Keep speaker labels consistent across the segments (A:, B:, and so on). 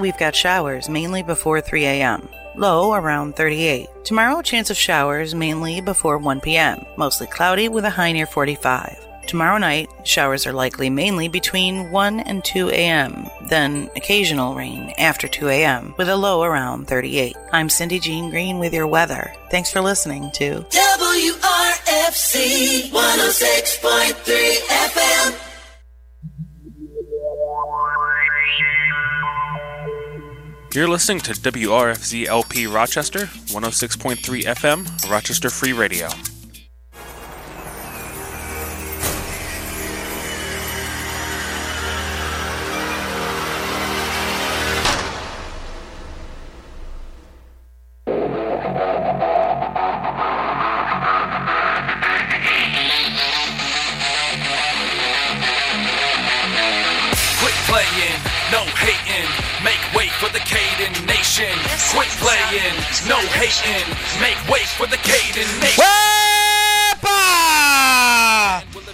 A: we've got showers mainly before 3 a.m. Low around 38. Tomorrow, a chance of showers mainly before 1 p.m. Mostly cloudy with a high near 45. Tomorrow night, showers are likely mainly between 1 and 2 a.m., then occasional rain after 2 a.m., with a low around 38. I'm Cindy Jean Green with your weather. Thanks for listening to
B: WRFC 106.3 FM.
C: You're listening to WRFZ LP Rochester, 106.3 FM, Rochester Free Radio.
D: Quit playing, no hating, make way for the Caden Nation. Quit playing, no hating, make way for the Caden Nation.
E: Wepa!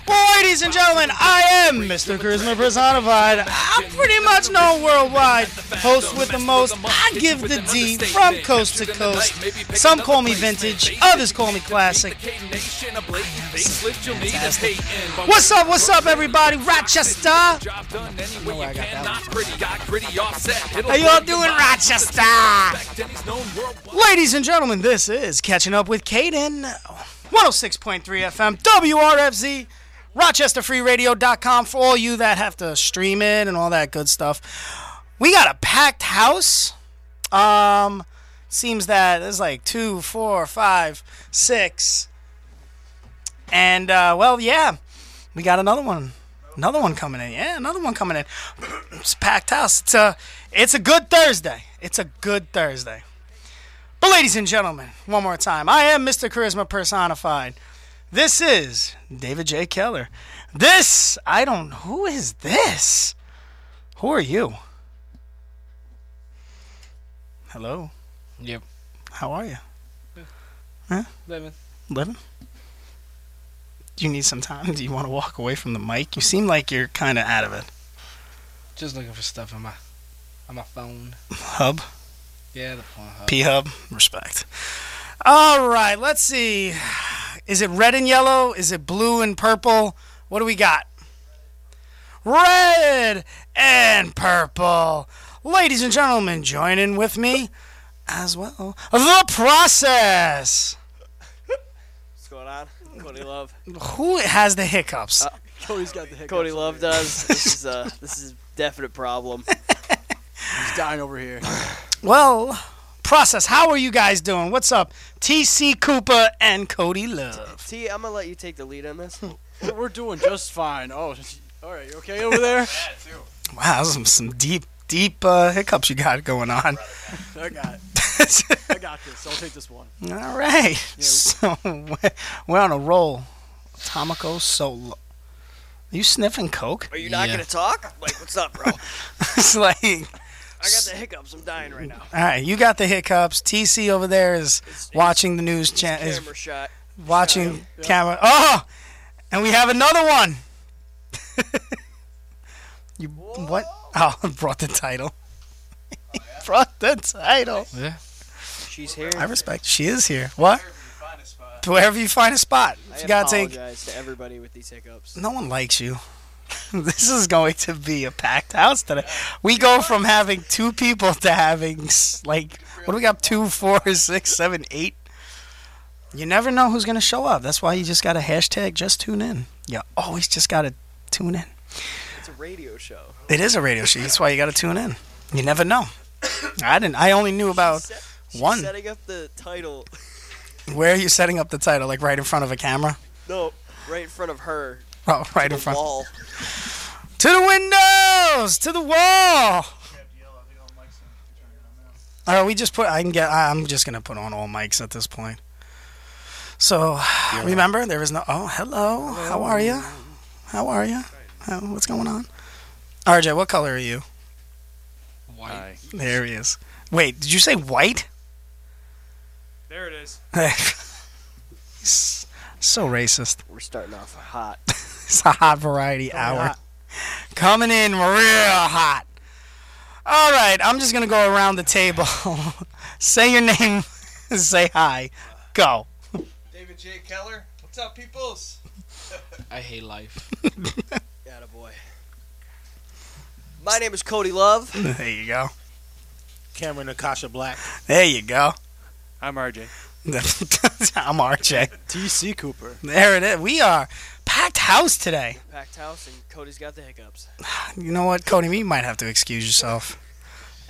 E: Well, ladies and gentlemen, I am Mr. Charisma Personified. I'm pretty much known worldwide. Host with the most, I give the D from coast to coast. Some call me vintage, others call me classic.
D: Caden Nation, a blatant facelift you'll need is
E: Fantastic.
D: hating.
E: What's up, what's up, everybody? Rochester!
D: Job done anyway,
E: where I
D: you
E: got that
D: can, not pretty, got gritty, offset.
E: How y'all doing, Rochester? Ladies and gentlemen, this is Catching Up with Caden. 106.3 FM, WRFZ, RochesterFreeRadio.com for all you that have to stream it and all that good stuff. We got a packed house. Um, seems that there's like two, four, five, six. And, uh, well, yeah, we got another one. Another one coming in. Yeah, another one coming in. it's a packed house. It's a, it's a good Thursday. It's a good Thursday. But, ladies and gentlemen, one more time, I am Mr. Charisma Personified. This is David J. Keller. This, I don't, who is this? Who are you? Hello,
F: Yep.
E: how are you?
F: Living.
E: Living? Do you need some time? Do you want to walk away from the mic? You seem like you're kind of out of it.
F: Just looking for stuff on my on my phone.
E: Hub?
F: Yeah, the Pornhub.
E: P Hub? Respect. All right, let's see. Is it red and yellow? Is it blue and purple? What do we got? Red and purple. Ladies and gentlemen, join in with me as well. The process.
G: What's going on? Cody Love.
E: Who has the hiccups?
G: Uh. Cody's got the hiccups. Cody Love does. This is a this is a definite problem. He's dying over here.
E: Well, process. How are you guys doing? What's up? TC Cooper and Cody Love.
G: T, I'm gonna let you take the lead on this.
H: We're doing just fine. Oh, all right. You okay over there?
E: Wow, those are some some deep, deep uh, hiccups you got going on.
H: I got it. I got this. I'll take this one.
E: All right. So we're- we're on a roll. Atomico Solo. Are you sniffing coke?
G: Are you not
F: Yeah.
G: gonna talk? Like, what's up, bro? I
E: it's like, all
G: got the hiccups. I'm dying right now.
E: right, you got the hiccups. TC over there is watching the news channel, is
G: Camera shot.
E: watching camera. Oh, and we have another one. you what? Oh, brought the title.
G: Oh,
E: brought the title.
F: Yeah.
G: She's here.
E: I respect. She is here. What? Wherever you find a spot.
G: I
E: You gotta take.
G: apologize to everybody with these hiccups.
E: No one likes you. this is going to be a packed house today. We go from having two people to having s- like what do we got? Two, four, six, seven, eight. You never know who's gonna show up. That's why you just gotta hashtag just tune in. You always just gotta tune in.
G: It's a radio show.
E: It is a radio show. That's why you gotta tune in. You never know. I didn't. I only knew about
G: Set- she's
E: one.
G: setting up the title.
E: Where are you setting up the title? Like right in front of a camera?
G: No, right in front of her.
E: Oh, right in
G: The
E: front.
G: wall.
E: To the windows, to the wall. All right, we just put. I can get. I- I'm just gonna put on all mics at this point. So remember, there is no. Oh, hello. How are you? How are you? How, what's going on? RJ, what color are you?
F: White.
E: There he is. Wait, did you say white?
I: There it is.
E: He's so racist.
G: We're starting off hot.
E: It's a hot variety hour. Coming in real hot. All right, I'm just gonna go around the table. say your name. say hi. Go.
F: David J. Keller. What's up, peoples? I hate life.
G: Atta boy. My name is Cody Love.
E: There you go.
J: Cameron Akasha Black.
E: There you go.
I: I'm RJ.
E: I'm RJ.
J: TC Cooper.
E: There it is. We are packed house today.
G: Packed house, and Cody's got the hiccups.
E: You know what, Cody? You might have to excuse yourself.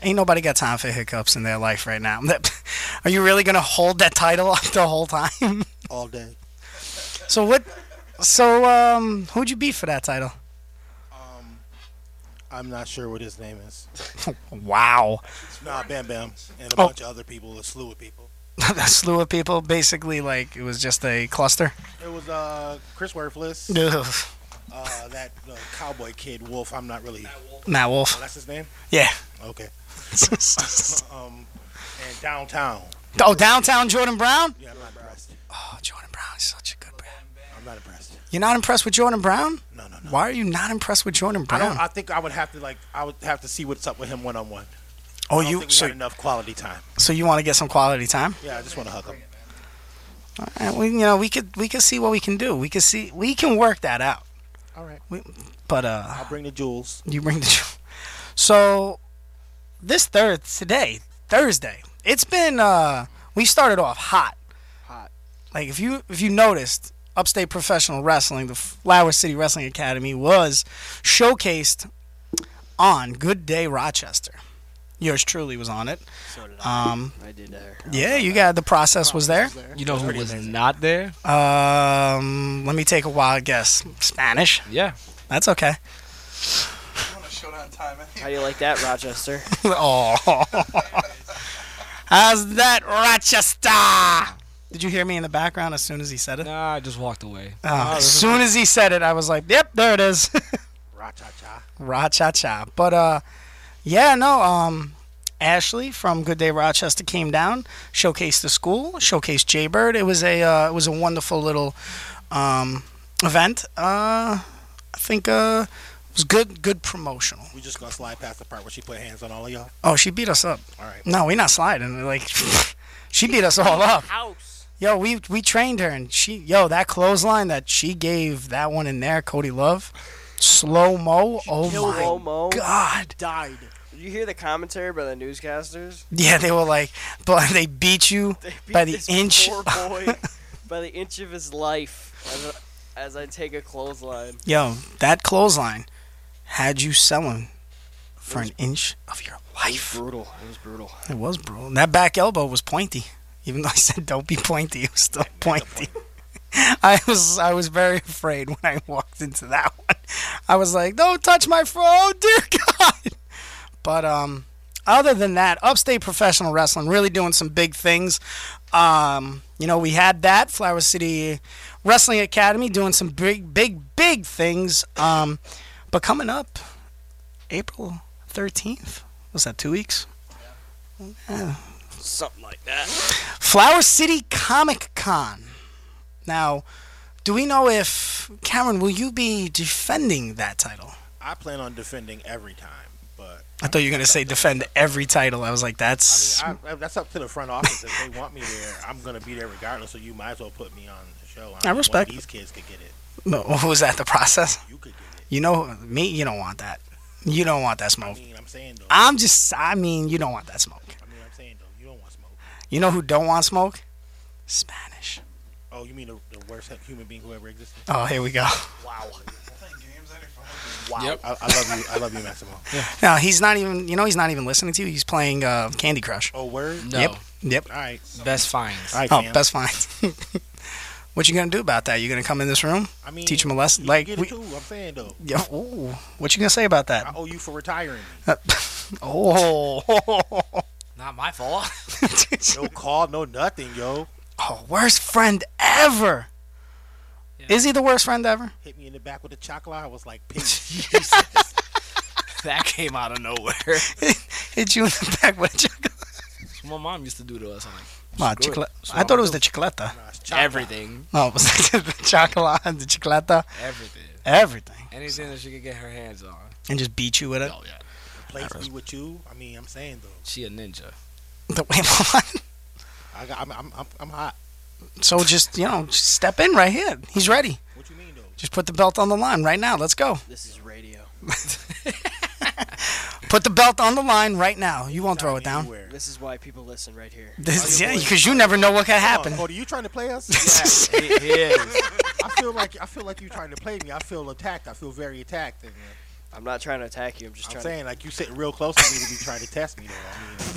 E: Ain't nobody got time for hiccups in their life right now. Are you really gonna hold that title up the whole time?
J: All day.
E: So what? So um, who'd you beat for that title?
J: I'm not sure what his name is.
E: wow,
J: Nah, Bam Bam. And a
E: Oh.
J: bunch of other people, a slew of people.
E: a slew of people. Basically, like it was just a cluster.
J: It was uh, Chris Worthless.
E: Ugh.
J: Uh, that uh, cowboy kid, Wolf. I'm not really.
E: Matt
J: Oh,
E: Wolf.
J: that's his name?
E: Yeah.
J: Okay. um, and Downtown.
E: Oh, downtown Jordan Brown.
J: Yeah, I'm not impressed.
E: Oh, Jordan Brown is such a good. Brand.
J: I'm not impressed.
E: You're not impressed with Jordan Brown?
J: No, no, no.
E: Why are you not impressed with Jordan
J: I
E: Brown?
J: don't. I think I would have to like. I would have to see what's up with him one on one.
E: oh,
J: I don't
E: you
J: think we
E: so
J: had enough quality time.
E: so you want to get some quality time?
J: Yeah, I just want to hug him.
E: All right, we, you know, we could we could see what we can do. We could see we can work that out.
J: All right.
E: We, but uh,
J: I'll bring the jewels.
E: You bring the jewel. So this third today, Thursday, it's been uh we started off hot.
H: Hot.
E: Like if you if you noticed, Upstate Professional Wrestling, the Flower City Wrestling Academy was showcased on Good Day Rochester. Yours truly was on it.
G: So did I.
E: Um
G: I did there.
E: yeah, you got the process was there.
F: You know who was not there?
E: Um let me take a wild guess. Spanish.
F: Yeah.
E: That's okay.
G: How do you like that, Rochester?
E: oh. How's that, Rochester? Did you hear me in the background as soon as he said it?
F: Nah, I just walked away.
K: Oh,
E: Uh, as soon as he said it, I was like, yep, there it is.
J: Ra cha cha.
E: Ra cha cha. But uh, yeah, no. Um, Ashley from Good Day Rochester came down, showcased the school, showcased Jaybird. It was a uh, it was a wonderful little um, event. Uh, I think uh, it was good good promotional.
J: We just gonna slide past the part where she put hands on all of y'all.
E: Oh, she beat us up.
J: All right.
E: No, we're not sliding. Like she beat us all up.
G: House.
E: Yo, we we trained her and she yo, that clothesline that she gave that one in there, Cody Love. Slow mo. Oh
G: killed
E: my
G: Slow-mo.
E: god.
J: Died.
G: Did you hear the commentary by the newscasters?
E: Yeah, they were like, but they beat you
G: They beat
E: by the
G: this
E: inch.
G: Poor boy by the inch of his life. As, a, as I take a clothesline.
E: Yo, that clothesline had you selling for an inch of your life.
G: Brutal. It was brutal.
E: It was brutal. And that back elbow was pointy. Even though I said don't be pointy, it was still pointy. I was I was very afraid when I walked into that one. I was like, "Don't touch my phone, oh, dear God!" But um, other than that, Upstate Professional Wrestling really doing some big things. Um, you know, we had that Flower City Wrestling Academy doing some big, big, big things. Um, but coming up, April thirteenth. Was that two weeks?
G: Something like that.
E: Flower City Comic Con. Now, do we know if Cameron will you be defending that title?
J: I plan on defending every time, but
E: I thought you were gonna say defend every title. I was like, that's
J: I mean, I, that's up to the front office. If they want me there, I'm gonna be there regardless. So you might as well put me on the show.
E: I
J: mean,
E: respect-
J: One of these kids could get it.
E: no, was that the process?
J: You could get it.
E: You know me, you don't want that. You don't want that
J: I
E: smoke.
J: mean, I'm saying though. I
E: I'm just, I mean, you don't want that smoke.
J: mean, I'm saying though. You don't want smoke.
E: You know who don't want smoke? Spanish.
J: Oh, you mean the, the worst human being who ever existed?
E: Oh, here we go.
F: Yep.
J: I, I love you. I love you, Maximo.
E: No, he's not even. You know, he's not even listening to you. He's playing uh, Candy Crush.
J: Oh, word.
F: No.
E: Yep. Yep.
J: All right.
F: Best finds.
J: All right,
E: Oh,
J: fam.
E: that's fine. what you gonna do about that? You gonna come in this room?
J: I mean,
E: teach him a lesson?
J: you
E: Like,
J: can get
E: we-
J: it too. I'm saying though.
E: Yeah. Ooh. What you gonna say about
J: I
E: that? Uh,
J: owe you for retiring. me.
E: oh.
F: Not my fault.
J: No call, no nothing, yo.
E: oh, worst friend ever. Is he the worst friend ever?
J: Hit me in the back with a chocolate. I was like, peace.
F: that came out of nowhere.
E: Hit you in the back with a chocolate.
F: my mom used to do to us. I'm like, Screw
E: Wow,
F: it.
E: chicle-
F: So
E: I thought it
F: I'll
E: was
F: do-
E: the chicleta.
F: everything,
E: No, it was the chocolate, the chicleta,
F: everything,
E: everything.
F: anything that she could get her hands on.
E: And just beat you with it.
F: Oh yeah.
J: place me with you. I mean, I'm saying though.
K: She a ninja.
E: The way what?
J: I got, I'm, I'm, I'm, I'm hot.
E: So just you know, just step in right here. He's ready.
J: What you mean though?
E: Just put the belt on the line right now. Let's go.
G: This is radio.
E: Put the belt on the line right now. You won't throw it down.
G: This is why people listen right here.
E: This, yeah, because you never know what could happen.
J: Oh, are you trying to play us? Yeah,
E: he- he is.
J: I feel like I feel like you're trying to play me. I feel attacked. I feel very attacked. And, uh,
G: I'm not trying to attack you. I'm just
J: I'm
G: trying.
J: saying like you sitting real close to me to be trying to test me. Though. I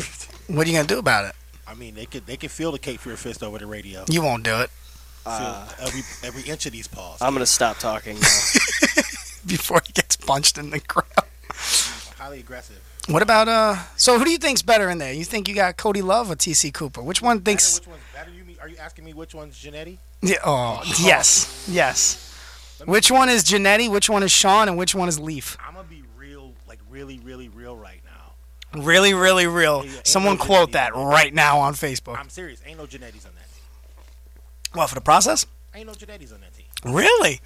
J: mean,
E: What are you gonna do about it?
J: I mean they could they could feel the Cape Fear fist over the radio.
E: You won't do it.
J: Feel every every inch of these paws.
G: Uh, I'm gonna stop talking now.
E: Before he gets punched in the crowd.
J: Highly aggressive.
E: What about uh? So who do you think's better in there? You think you got Cody Love or TC Cooper? Which one thinks?
J: Which one's better? You mean, are you asking me which one's Janetti?
E: Yeah, oh, yes, yes. Which one is Janetti? Which one is Sean? And which one is Leaf?
J: I'm gonna be real, like really, really real right now.
E: Really, really real. Someone quote that right now on Facebook.
J: I'm serious. Ain't no Janetti's on that.
E: What for the process?
J: Ain't no Janetti's on that team.
E: Really?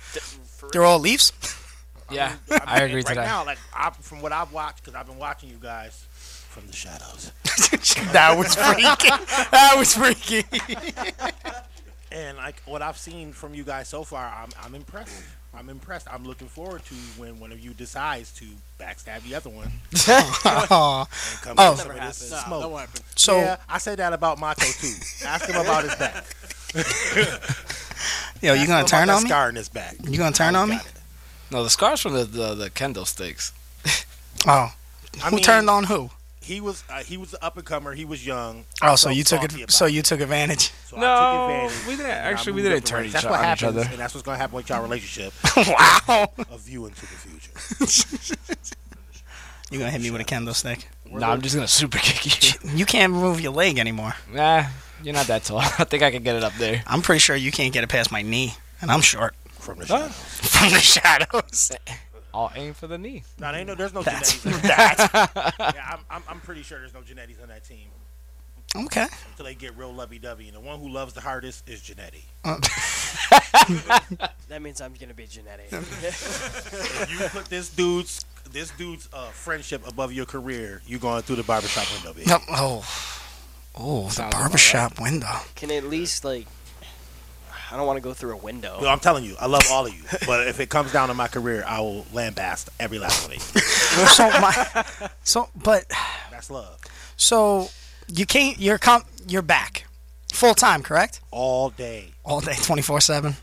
E: They're all Leafs.
K: Yeah,
J: mean,
K: I agree
J: right
K: to that.
J: now, like I, from what I've watched, because I've been watching you guys from the shadows.
E: that was freaky. That was freaky.
J: and like what I've seen from you guys so far, I'm I'm impressed. I'm impressed. I'm looking forward to when one of you decides to backstab the other one.
E: Aw.
J: And come
E: Oh.
J: with some of this
E: Nah,
J: smoke.
E: that won't happen. So-
J: yeah, I said that about Macho too. Ask him about his back.
E: Yo, you
J: Ask
E: gonna
J: him
E: turn
J: about that
E: on me?
J: Scar in his back.
E: You gonna
J: Oh,
E: turn on me?
K: No, the scars from the the, the Kendall sticks.
J: I
E: Oh, who
J: mean-
E: turned on who?
J: He was uh, he was an up and comer. He was young.
E: Oh,
J: I
E: so
J: felt
E: you took
J: salty
E: it. So you took advantage.
J: So I took
K: No,
J: advantage,
K: we didn't-
J: and I
K: actually, we
J: moved
K: didn't
J: up the
K: turn
J: ranks.
K: each
J: That's
K: o-
J: what
K: on each
J: happens,
K: other.
J: and that's what's gonna happen with y'all relationship.
E: wow.
J: Of you into the future.
E: You gonna hit me with a kendo stick?
K: Nah, I'm just gonna super kick
E: you. You can't move your leg anymore.
K: Nah, you're not that tall. I think I can get it up there.
E: I'm pretty sure you can't get it past my knee, and I'm short.
J: From
K: the
E: shadows. From the shadows.
K: I'll aim for the knee.
J: No, they know there's no
K: That's-
J: Genetti's. on
K: that's-
J: that. yeah, I'm, I'm, I'm pretty sure there's no Genetti's on that team.
E: Okay.
J: Until they get real lovey-dovey, and the one who loves the hardest is Janetti.
E: Uh.
G: that means I'm gonna be genetic.
J: if you put this dude's this dude's uh, friendship above your career, you going through the barbershop window, baby.
E: No. Oh. Oh, the
J: Sounds about
E: barbershop window.
G: Can at least like, I don't want to go through a window.
J: No, Oh. I'm telling you, I love all of you, but if it comes down to my career, I will lambast every last one of you.
E: so my, so but.
J: That's love.
E: So you can't. You're com- You're back, full time, correct?
J: All day.
E: All day, twenty four seven.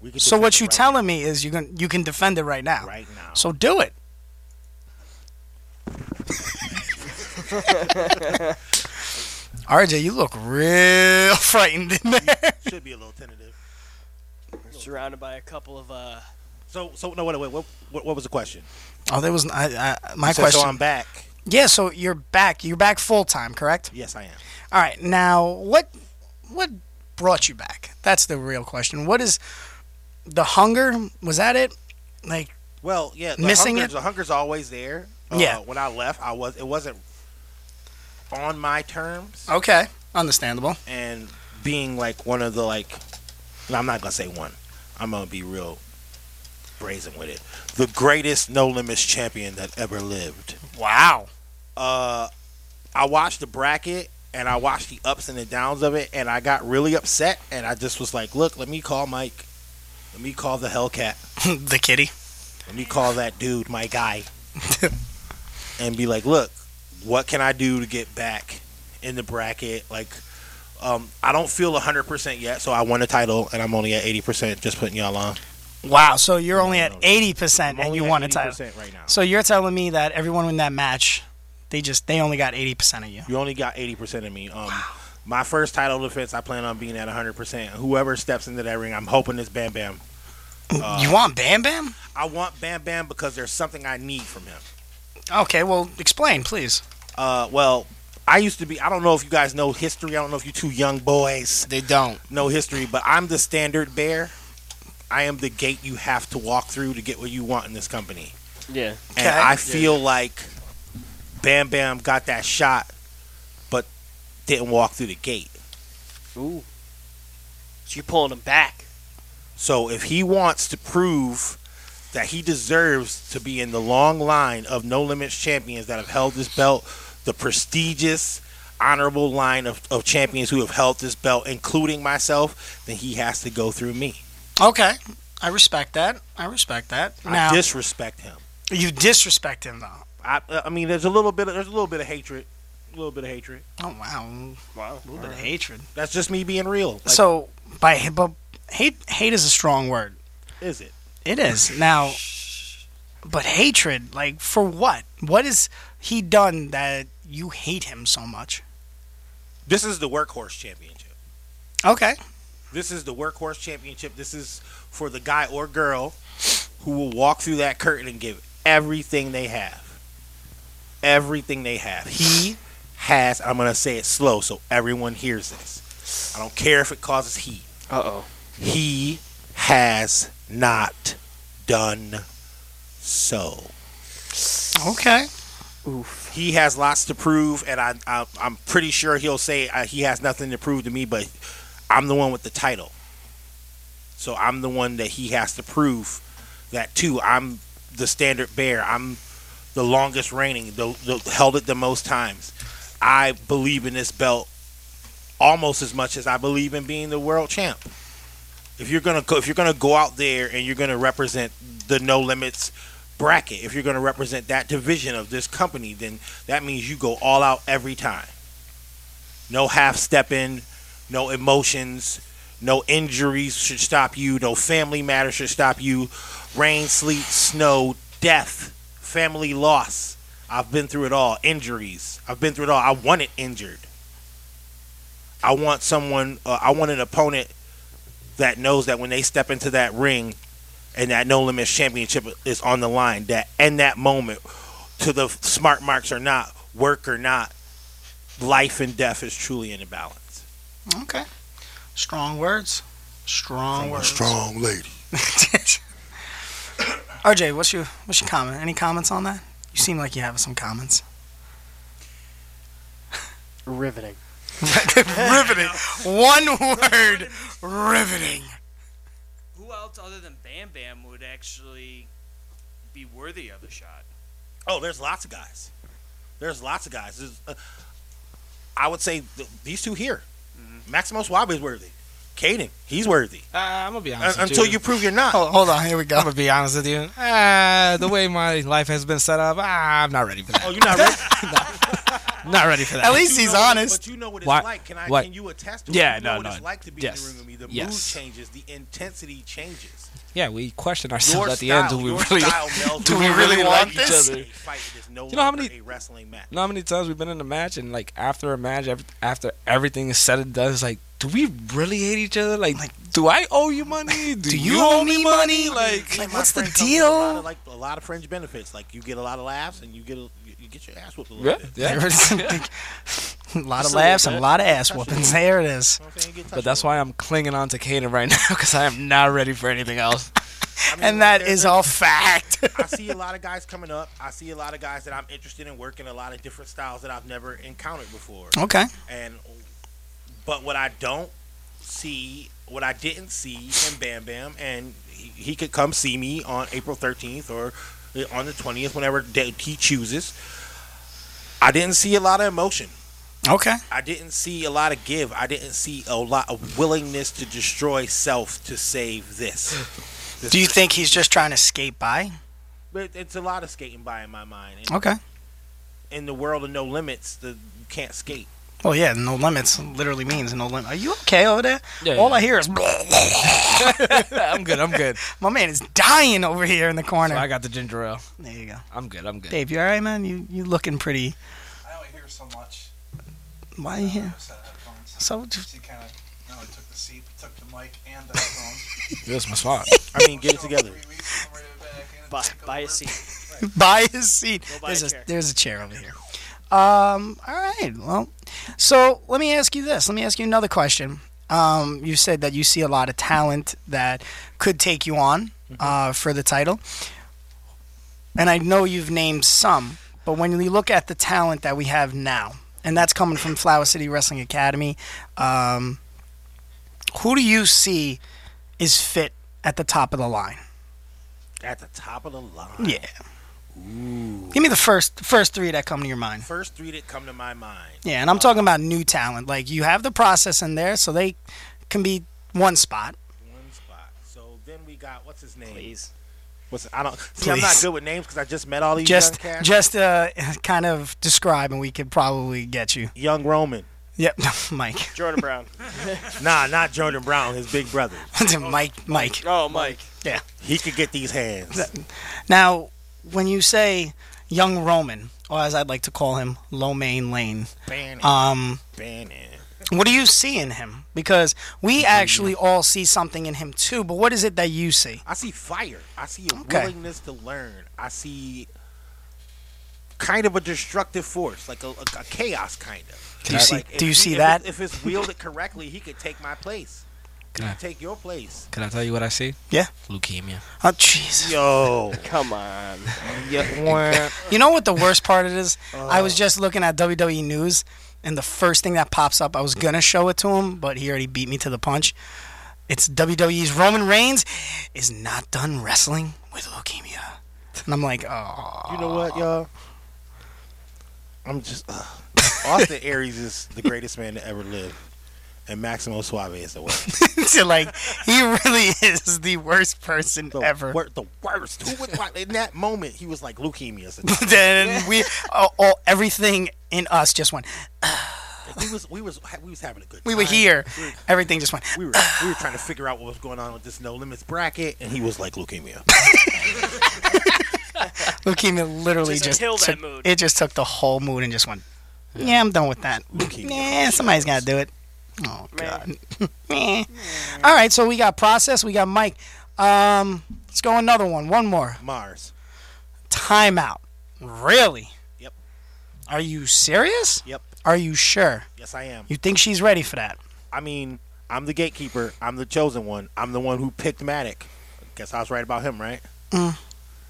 J: We can
E: So what
J: defend
E: you
J: it right
E: telling me is you can you can defend it right now.
J: Right now.
E: So do it. RJ, you look real frightened in there.
J: Should be a little tentative.
G: We're surrounded by a couple of uh.
J: So so no wait wait what what, what was the question?
E: Oh, there was I, I, my
J: You said,
E: question.
J: So I'm back.
E: Yeah, so you're back. You're back full time, correct?
J: Yes, I am.
E: All right. Now, what what brought you back? That's the real question. What is the hunger? Was that it? Like
J: Well, yeah, the
E: Missing
J: hunger's,
E: it?
J: The hunger's always there. Uh,
E: Yeah.
J: When I left, I was it wasn't on my terms,
E: okay, understandable.
J: and being like one of the like, no, I'm not gonna say one. I'm gonna be real brazen with it. The greatest no limits champion that ever lived.
E: Wow.
J: Uh, I watched the bracket and I watched the ups and the downs of it, and I got really upset, and I just was like, look, let me call Mike. Let me call the Hellcat.
E: the kitty.
J: Let me call that dude my guy. and be like, look, what can I do to get back in the bracket? Like, um, I don't feel 100% yet, so I won a title, and I'm only at 80%, just putting y'all on.
E: Wow. So you're only at eighty percent, and you
J: at
E: won a title
J: 80% right now.
E: So you're telling me that everyone in that match, they just they only got eighty percent of you.
J: You only got 80% of me. Um, My first title defense, I plan on being at 100%. Whoever steps into that ring, I'm hoping it's Bam Bam. Uh,
E: you want Bam Bam?
J: I want Bam Bam because there's something I need from him.
E: Okay. Well, explain, please.
J: Uh, well, I used to be. I don't know if you guys know history. I don't know if you two young boys.
E: They don't
J: know history, but I'm the standard bear. I am the gate you have to walk through to get what you want in this company.
G: Yeah.
J: And I feel like Bam Bam got that shot, but didn't walk through the gate.
G: Ooh. So you're pulling him back.
J: So if he wants to prove that he deserves to be in the long line of No Limits champions that have held this belt, the prestigious, honorable line of, of champions who have held this belt, including myself, then he has to go through me.
E: Okay, I respect that. I respect that. Now
J: I disrespect him.
E: you disrespect him though.
J: I, I mean, there's a little bit. Of, there's a little bit of hatred. A little bit of hatred.
E: Oh wow,
J: wow, a little
E: bit of hatred.
J: That's just me being real. Like,
E: so by but hate hate is a strong word.
J: is it?
E: It is now, but hatred like for what? What has he done that you hate him so much?
J: This is the workhorse championship.
E: Okay,
J: This is the workhorse championship. This is for the guy or girl who will walk through that curtain and give everything they have. Everything they have. He has, I'm going to say it slow so everyone hears this. I don't care if it causes heat.
G: Uh oh.
J: He has not done so.
E: Okay.
J: Oof. He has lots to prove, and I, I, I'm pretty sure he'll say uh, he has nothing to prove to me, but I'm the one with the title. So I'm the one that he has to prove that too. I'm the standard bearer. I'm the longest reigning, the, the held it the most times. I believe in this belt almost as much as I believe in being the world champ. If you're gonna go, if you're gonna go out there and you're gonna represent the no limits bracket, if you're gonna represent that division of this company, then that means you go all out every time. No half stepping, no emotions, no injuries should stop you, no family matter should stop you. Rain, sleet, snow, death, family loss. I've been through it all. Injuries. I've been through it all. I want it injured. I want someone. Uh, I want an opponent that knows that when they step into that ring, and that No Limits Championship is on the line. That in that moment, to the smart marks or not, work or not, life and death is truly in the balance.
E: okay. Strong words. Strong words.
J: lady.
E: RJ, what's your what's your comment? Any comments on that? You seem like you have some comments.
G: Riveting.
E: riveting. One word. Riveting.
L: Who else other than Bam Bam would actually be worthy of a shot?
J: Oh, there's lots of guys. There's lots of guys. There's, uh, I would say th- these two here. Maximus Wabe is worthy. Caden, he's worthy.
K: Mm-hmm. Uh, I'm gonna be
J: Uh,
K: honest. with
J: until
K: you.
J: you prove you're not.
E: Hold, hold on. Here we go.
K: I'm gonna be honest with you. Uh, the way my life has been set up, ah, I'm not ready for that.
J: Oh, you're not ready.
K: Not ready for that.
E: At least
J: You
E: he's
J: know what-
E: honest.
J: But you know what it's
K: Why-
J: like. Can I?
K: what-
J: Can you attest to? it?
K: Yeah,
J: You know
K: no,
J: what
K: no.
J: It's like to be
K: Yes.
J: in the room with me. The
K: Yes.
J: mood changes. The intensity changes.
K: Yeah, we question
J: Your
K: ourselves at the
J: style,
K: end. Do we
J: your
K: really?
J: style melds
K: do we
J: with
K: really
J: mine.
K: like
J: Like
K: each other?
J: A fight is no
K: You know how
J: longer
K: many-
J: a wrestling match.
K: You know how many times we've been in a match and like after a match, ev- after everything is said and done, it's like, do we really hate each other? Like, do I owe you money? Do, you, owe me money? Like,
J: My friend comes with A lot of, like a lot of fringe benefits. Like you get a lot of laughs and you get a, you you get your ass whooped a little
K: Yeah,
J: bit.
K: yeah.
E: A lot of laughs and a lot of ass whoopings. There it is.
K: But that's why I'm clinging on to Kanan right now because I am not ready for anything else.
E: And that is all fact.
J: I see a lot of guys coming up. I see a lot of guys that I'm interested in working a lot of different styles that I've never encountered before.
E: Okay.
J: And but what I don't see, what I didn't see in Bam Bam, and he, he could come see me on April 13th or on the 20th, whenever day he chooses. I didn't see a lot of emotion.
E: Okay.
J: I didn't see a lot of give. I didn't see a lot of willingness to destroy self to save this. This
E: Do you think he's just trying to skate by?
J: But it's a lot of skating by in my mind. And
E: Okay.
J: In the world of no limits, the, you can't skate.
E: Well, yeah, no limits literally means no limit. Are you okay over there?
K: Yeah,
E: All
K: yeah.
E: I hear is.
K: I'm good. I'm good.
E: My man is dying over here in the corner.
K: So I got the ginger ale.
E: there you go.
K: I'm good. I'm good.
E: Dave, you all right, man? You you looking pretty?
F: I don't hear so much.
E: Why you here?
F: Set headphones.
E: So just
F: She kind of no, I took the seat, took the mic and the headphones.
K: That's my spot.
J: I mean, get it together.
G: Buy, buy a seat.
E: buy his seat.
G: Go buy
E: there's
G: a
E: a,
G: chair.
E: there's a chair over here. Um, all right. Well, so let me ask you this. Let me ask you another question. Um, you said that you see a lot of talent that could take you on
G: Mm-hmm.
E: uh, for the title, and I know you've named some. But when you look at the talent that we have now, and that's coming from Flower City Wrestling Academy, um, who do you see is fit at the top of the line?
J: At the top of the line.
E: Yeah. Give me the first first three that come to your mind.
J: First three that come to my mind.
E: Yeah, and I'm talking about new talent. Like you have the process in there, so they can be one spot.
J: One spot. So then we got what's his name? Please. What's I don't see. I'm not
E: Please.
J: good with names because I just met all these
E: just
J: young cats.
E: just uh, kind of describe, and we could probably get you.
J: young Roman.
E: Yep, Mike.
G: Jordan Brown.
J: Nah, not Jordan Brown. His big brother.
E: Mike. Mike.
G: Oh, Mike.
E: Yeah.
J: He could get these hands.
E: Now, when you say young Roman, or as I'd like to call him, Lomain Lane,
J: Bannon.
E: um,
J: Bannon.
E: what do you see in him? Because we actually all see something in him too, but what is it that you see?
J: I see fire. I see a
E: Okay.
J: willingness to learn. I see kind of a destructive force, like a, a, a chaos kind of.
E: Do you see-
J: Like, if
E: do you
J: he-
E: see
J: if
E: that?
J: It, if it's wielded correctly, he could take my place. He
K: Can I-
J: could take your place.
K: Can I tell you what I see?
E: Yeah.
K: Leukemia.
E: Oh, jeez.
J: Yo.
G: Come on.
E: You know what the worst part it is? I
J: Uh-huh.
E: was just looking at WWE News, and the first thing that pops up, I was going to show it to him, but he already beat me to the punch. It's WWE's Roman Reigns is not done wrestling with leukemia. And I'm like, oh.
J: You know what, y'all? I'm just. Uh, Austin Aries is the greatest man to ever live, and Maximo Suave is the worst.
E: So, like, he really is the worst person ever.
J: Wor- the worst. Who would, like, in that moment, he was like leukemia. is the-
E: then we, all, all, everything in us just went,
J: we was we was we was having a good.
E: we were
J: time.
E: here.
J: We were-
E: Everything just went,
J: we were we were trying to figure out what was going on with this no limits bracket, and he was like leukemia.
E: leukemia literally
J: Just
E: just,
J: kill that
E: took,
J: mood.
E: it just took the whole mood and just went yeah, i'm done with that yeah somebody's got to do it oh god Meh. all right so we got process we got mike um let's go another one one more
J: Mars.
E: timeout really
J: Yep.
E: are you serious
J: Yep.
E: are you sure
J: Yes, I am.
E: you think she's ready for that
J: I mean, I'm the gatekeeper. I'm the chosen one. I'm the one who picked Matic. Guess I was right about him, right?
E: Mm.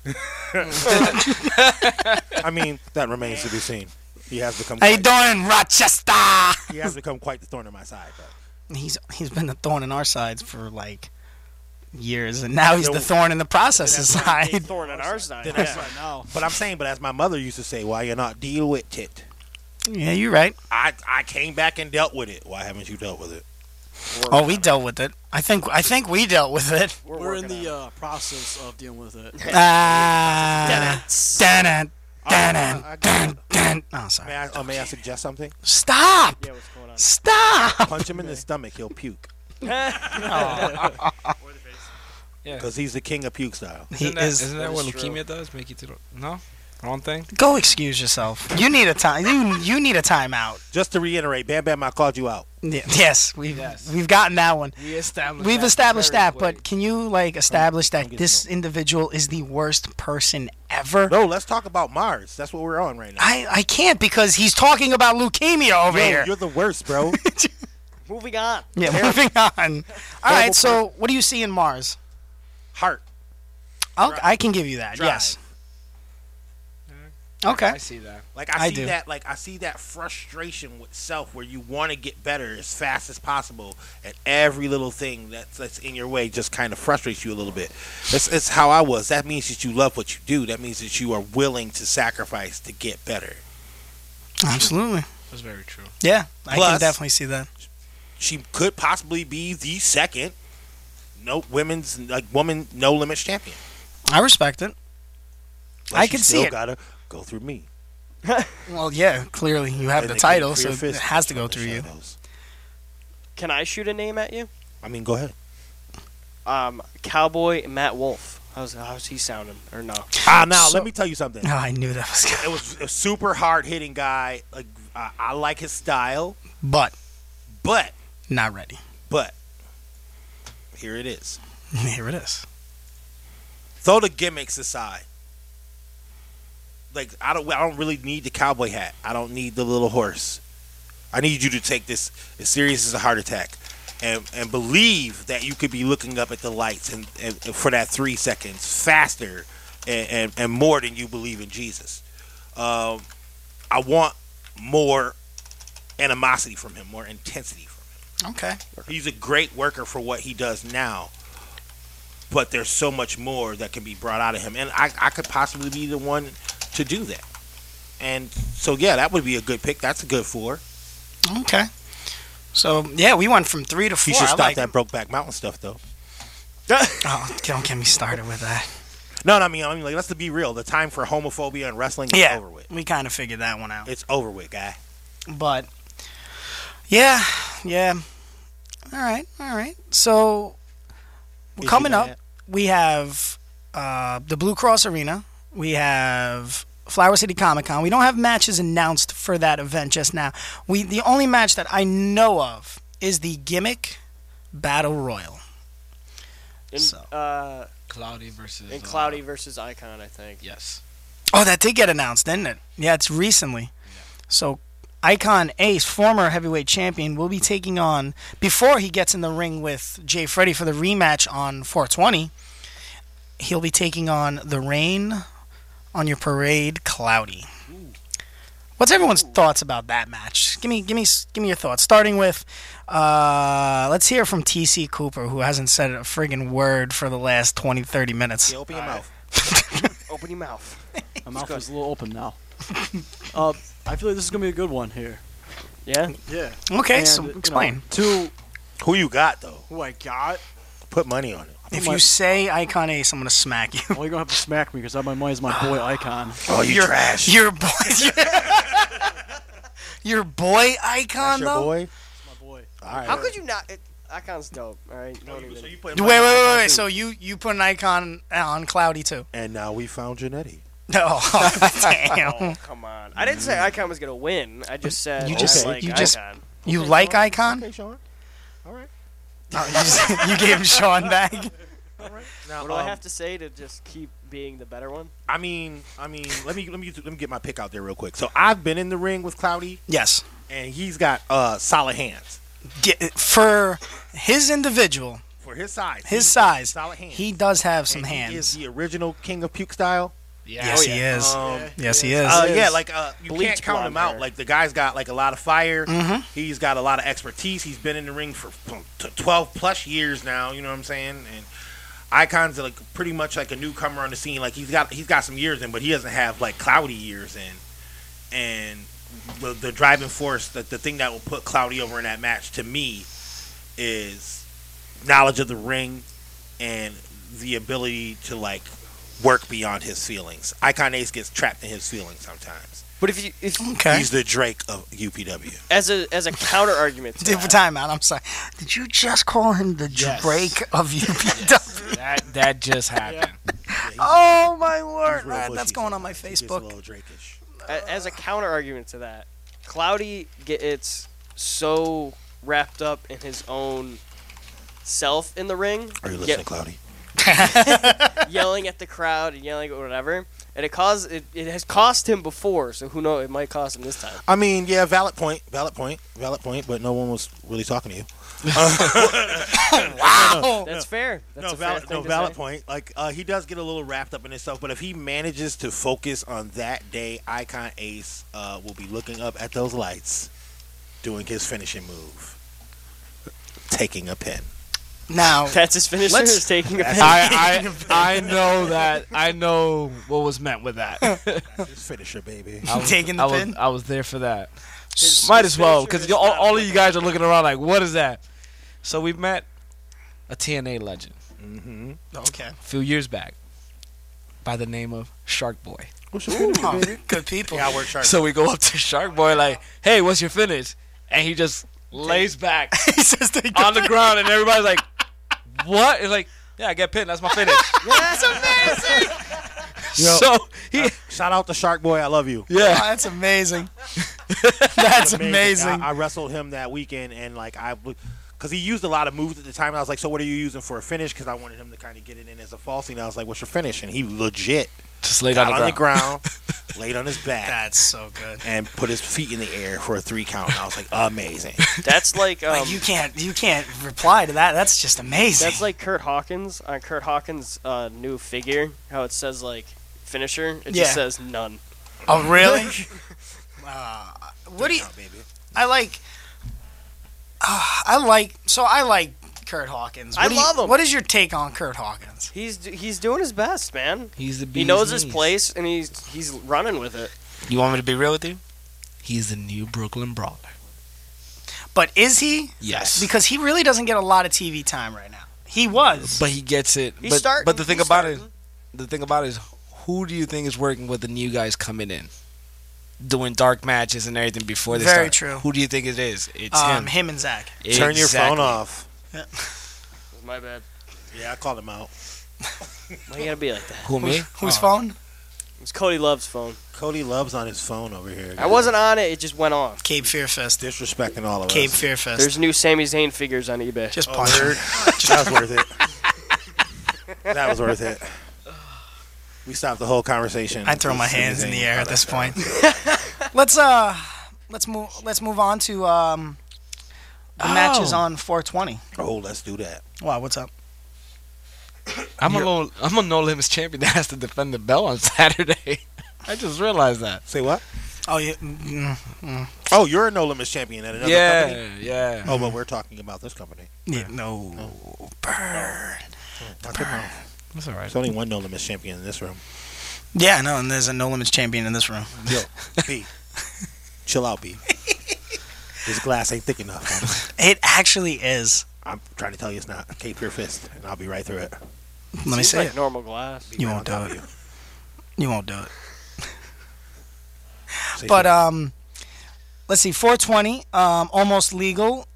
J: I mean, that remains to be seen. He has become.
E: how you
J: quite-
E: doing rochester
J: He has become quite the thorn in my side. But
E: he's he's been the thorn in our sides for like years and now he's
J: Yo,
E: the thorn in the process's
J: that's why I
E: side
G: Thorn in our side.
J: Then that's- But I'm saying, but as my mother used to say, why you not deal with it?
E: yeah you're right
J: I I came back and dealt with it. Why haven't you dealt with it?
E: Oh, we dealt with it. I think I think we dealt with it.
H: We're, in the uh, process of dealing with it.
E: Ah, dun, dun, dun, dun, dun, dun. Oh,
J: May
E: sorry.
J: I, uh, may I suggest something?
E: Stop! Stop!
J: Punch him in the stomach. He'll puke.
K: Yeah.
J: Because he's the king of puke style.
K: Isn't that,
E: is-
K: isn't that
E: that
K: what
E: is true.
K: leukemia does? Make you to the, no wrong thing.
E: Go excuse yourself. You need a time. You you need a timeout.
J: Just to reiterate, Bam Bam, I called you out.
E: Yeah, yes, we've we've gotten that one.
K: We established.
E: We've established that, but can you like establish that this individual is the worst person ever?
J: No, let's talk about Mars. That's what we're on right now.
E: I I can't because he's talking about leukemia over
J: Yo,
E: here.
J: You're the worst, bro.
G: Moving on.
E: Yeah, moving on. All right, so what do you see in Mars?
J: Heart.
E: I'll, I can give you that. Yes. Okay.
K: I see that.
J: Like I
E: I
J: see
E: do.
J: that. Like I see that frustration with self, where you want to get better as fast as possible, and every little thing that's that's in your way just kind of frustrates you a little bit. That's it's how I was. That means that you love what you do. That means that you are willing to sacrifice to get better.
E: Absolutely.
K: That's very true.
E: Yeah, I can
J: Plus-
E: definitely see that.
J: She could possibly be the second no women's like woman no limits champion.
E: I respect it.
J: But
E: I
J: she
E: can see
J: still
E: it.
J: Gotta go through me.
E: Well, yeah, clearly you have
J: And
E: the
J: they
E: title,
J: can
E: so
J: clear
E: it
J: fist
E: has to go through you.
G: Can I shoot a name at you?
J: I mean, go ahead.
G: Um, Cowboy Matt Wolf. How's how's he sounding? Or no?
J: Ah, now let me tell you something.
E: No, Ah, I knew that was
J: It was a super hard hitting guy. Like I, I like his style,
E: but
J: but
E: not ready.
J: but here it is.
E: Here it is.
J: Throw the gimmicks aside. Like I don't I don't really need the cowboy hat. I don't need the little horse. I need you to take this as serious as a heart attack. And, and believe that you could be looking up at the lights and, and, and for that three seconds faster and, and, and more than you believe in Jesus. Um, I want more animosity from him, more intensity from him.
E: Okay.
J: He's a great worker for what he does now. but there's so much more that can be brought out of him, and I, I could possibly be the one to do that. And so, yeah, that would be a good pick. That's a good four.
E: Okay. So yeah, we went from three to four.
J: You should
E: I
J: stop
E: like
J: that Brokeback Mountain stuff, though.
E: oh, don't get me started with that.
J: No, no, I mean, I mean, like, let's be real. The time for homophobia and wrestling is
E: Yeah,
J: over with.
E: we kind of figured that one out.
J: It's over with, guy.
E: But yeah, yeah. All right, all right. So
J: Did you
E: coming
J: know
E: up,
J: that?
E: we have uh, the Blue Cross Arena. We have Flower City Comic Con. We don't have matches announced for that event just now. We the only match that I know of is the gimmick battle royal.
G: In, uh,
K: Cloudy versus uh,
G: and Cloudy versus Icon, I think.
K: Yes.
E: Oh, that did get announced, didn't it? Yeah, it's recently. So, Icon Ace, former heavyweight champion, will be taking on before he gets in the ring with Jay Freddy for the rematch on 420. He'll be taking on the Rain on Your Parade, Cloudy. What's everyone's thoughts about that match? Give me, give me, give me your thoughts. Starting with, uh, let's hear from TC Cooper, who hasn't said a friggin' word for the last 20, 30 minutes.
G: Yeah,
J: open your mouth.
G: Open your mouth.
H: My mouth is a little open now. uh, I feel like this is gonna be a good one here.
G: Yeah.
H: Yeah.
E: Okay,
H: And,
E: so
H: you know,
E: explain.
H: to
J: Who you got though?
H: who I got.
J: Put money on it.
E: If you say Icon Ace, I'm gonna smack you.
H: Well, you're gonna have to smack me because my money's my boy Icon.
J: Oh, you
E: Your-
J: trash.
E: Your boy, your boy
J: That's
E: Icon
J: your
E: though.
J: boy. All right.
G: How could you not? It, Icon's dope. All right. You don't even. So you
J: put
E: Wait, wait, wait, wait. So you you put an Icon on Cloudy too?
J: And now we found Janetti.
E: No, damn.
G: Oh, come on. I didn't say Icon was gonna win. I just said
E: You
G: I
E: just
G: like
E: you just
G: Icon.
E: you like Icon?
J: Okay, Sean. All right.
E: Oh, you, just- you gave him Sean back.
G: what do I have to say to just keep being the better one?
J: I mean, I mean, let me let me let me get my pick out there real quick. So I've been in the ring with Cloudy,
E: Yes.
J: and he's got uh, solid hands
E: Get, for his individual,
J: for his size.
E: his
J: He's got
E: size,
J: solid hands.
E: he does have some
J: And he
E: hands.
J: is the original king of puke style.
E: Yes, he is. yes, Um, he is.
J: Oh, Um, Uh, yeah, like uh, you
E: Bleach
J: can't count
E: blonde
J: him out.
E: hair.
J: Like the guy's got like a lot of fire.
E: Mhm.
J: He's got a lot of expertise. He's been in the ring for um, t- twelve plus years now. You know what I'm saying? And Icon's like pretty much like a newcomer on the scene. Like he's got he's got some years in, but he doesn't have like cloudy years in. And the, the driving force, the, the thing that will put Cloudy over in that match to me is knowledge of the ring and the ability to like work beyond his feelings. Icon Ace gets trapped in his feelings sometimes.
G: But if you if
J: He's the Drake of UPW.
G: as a as a counter argument,
E: Did- Time out. I'm sorry. Did you just call him the Drake of UPW?
K: That that just happened.
E: Oh my word!
G: real
E: Alright,
G: bushy
E: that's going on my Facebook.
G: a- as a counter argument to that, Cloudy gets so wrapped up in his own self in the ring.
J: Are you
G: ye-
J: listening, Cloudy?
G: yelling at the crowd and yelling at whatever, and it caused it, it has cost him before. So who knows? It might cost him this time.
J: I mean, yeah, valid point, valid point, valid point, but no one was really talking to you.
G: Wow. That's fair. That's
J: no,
G: a fair
J: valid,
G: thing
J: no,
G: to
J: valid
G: say.
J: point. Like uh, he does get a little wrapped up in himself, but if he manages to focus on that day, Icon Ace uh, will be looking up at those lights, doing his finishing move, taking a pin.
E: Now
G: that's his finisher.
K: let's-
G: Is taking a
K: I,
G: piss.
K: I I know that. I know what was meant with that.
J: His finisher, baby.
K: I was,
E: Taking the
K: I was,
E: pin?
K: I was there for that. Might as well, because all, all of you guys are looking around like, what is that? So we met a TNA legend
J: Mm-hmm.
E: Okay.
K: a few years back by the name of Shark Boy.
E: good people.
J: Yeah, I work sharp.
K: So we go up to Shark Boy like, hey, what's your finish? And he just lays back on the ground, and everybody's like, what? And like, yeah, I get pinned. That's my finish.
G: That's amazing.
K: so he
J: shout out to Shark Boy. I love you.
K: Yeah.
E: Oh, that's amazing. that's amazing.
J: I, um, I wrestled him that weekend, and like I, because he used a lot of moves at the time. And I was like, so what are you using for a finish? Because I wanted him to kind of get it in as a false. And I was like, what's your finish? And he legit
K: just laid
J: got
K: on the ground.
J: ground, laid on his back.
E: That's so good.
J: And put his feet in the air for a three count. And I was like, amazing.
G: That's like um,
E: Like, you can't you can't reply to that. That's just amazing.
G: That's like Kurt Hawkins on Kurt Hawkins' uh, new figure. How it says like finisher, it
E: Yeah.
G: just says none.
E: oh really? uh, what do you? I like. Uh, I like. ah, So I like Kurt Hawkins.
G: I
E: What do you-
G: love him.
E: What is your take on Kurt Hawkins?
G: He's d- he's doing his best, man.
K: He's the
G: he knows
K: bee's
G: his
K: knees.
G: place and he's he's running with it.
K: You want me to be real with you? He's the new Brooklyn Brawler.
E: But is he?
K: Yes.
E: Because he really doesn't get a lot of TV time right now. He was.
K: But he gets it.
E: He's
K: but,
E: starting.
K: but the thing
E: He's
K: about it, the thing about it is, who do you think is working with the new guys coming in, doing dark matches and everything before they
E: Very
K: start?
E: true.
K: Who do you think it is? It's him.
E: Um, him and Zach.
J: Turn your phone
K: Exactly.
J: off.
G: My bad.
J: Yeah, I called him out.
G: Why you gotta be like that?
K: Who me?
E: Whose phone?
G: Oh. It's Cody Love's phone.
J: Cody Love's on his phone over here.
G: I wasn't on it. It just went on.
E: Cape Fearfest.
J: disrespecting all of
E: Cape
J: us.
E: Fearfest.
G: There's new Sami Zayn figures on eBay.
E: Just
J: Oh,
E: punch him.
J: word. that was worth it. That was worth it. We stopped the whole conversation.
E: I throw my hands in the air at this point. let's uh, let's move. Let's move on to um, the matches
J: Oh.
E: on 420.
J: Oh, let's do that.
E: Wow, what's up?
K: I'm a low, I'm a no limits champion that has to defend the belt on Saturday. I just realized that.
J: Say what?
E: Oh yeah. mm, mm.
J: Oh, you're a No Limits champion at another
K: Yeah,
J: company.
K: yeah.
J: Oh, but we're talking about this company. Oh.
E: Yeah, no.
G: Oh.
E: Burn.
J: I couldn't-
K: That's all right.
J: There's only one No Limits champion in this room.
E: Yeah, no, and there's a no limits champion in this room.
J: Yo, B, chill out, B. This glass ain't thick enough.
E: It actually is.
J: I'm trying to tell you it's not. Keep your fist, and I'll be right through it.
E: Let me
G: Seems
E: see
G: like
E: it.
G: normal glass.
E: You won't do it. You won't do it.
J: Say
E: But
J: something.
E: um, let's see, 420, um, almost legal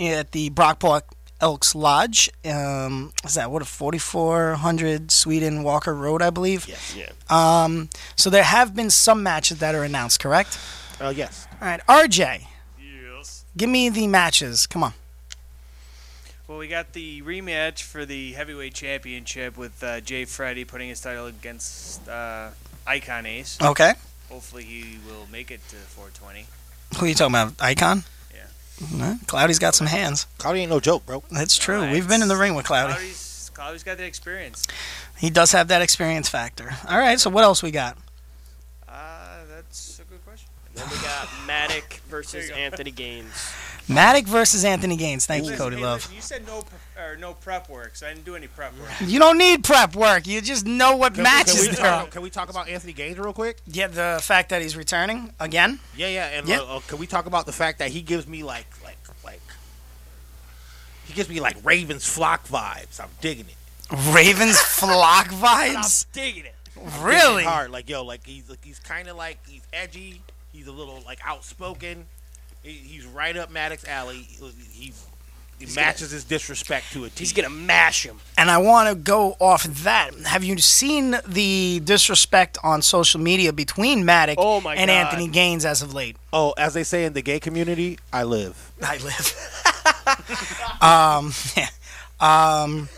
E: at the Brockport Elks Lodge. Um, is that what a 4400 Sweden Walker Road, I believe.
J: Yes. Yeah.
E: Um, so there have been some matches that are announced, correct?
J: Oh yes.
E: All right, RJ. Yes. Give me the matches. Come on.
L: Well, we got the rematch for the heavyweight championship with uh, Jay Freddy putting his title against uh, Icon Ace.
E: Okay.
L: Hopefully, he will make it to 420.
E: Who are you talking about? Icon. Yeah. Cloudy's got some hands.
J: Cloudy ain't no joke, bro.
E: That's true. We've been in the ring with Cloudy.
L: Cloudy's, Cloudy's got the experience.
E: He does have that experience factor. All right, so what else we got?
L: Uh, that's a good question.
G: Then we got Matic versus Anthony Gaines.
E: Matic versus Anthony Gaines. Thank you,
L: Listen,
E: Cody
L: hey,
E: Love.
L: listen, you said no, pre- or no prep work, so I didn't do any prep work.
E: You don't need prep work. You just know what
J: Can we- can
E: matches
J: we
E: there are.
J: talk- Can we talk about Anthony Gaines real quick?
E: Yeah, the fact that he's returning again.
J: Yeah, yeah, and
E: Yeah.
J: uh, uh, can we talk about the fact that he gives me like, like, like, he gives me like Ravens flock vibes. I'm digging it.
E: Ravens flock
J: I'm
E: vibes.
J: digging it. I'm digging it
E: Really?
J: hard. Like yo, like he's like, he's kind of like he's edgy. He's a little like outspoken. He, he's right up Maddox alley. He, he, he matches his disrespect to a T. He's
G: gonna mash him.
E: And I want to go off that. Have you seen the disrespect on social media between Matic
G: Oh my
E: and
G: God.
E: Anthony Gaines as of late?
J: Oh, as they say in the gay community, I live.
E: I live. um, um,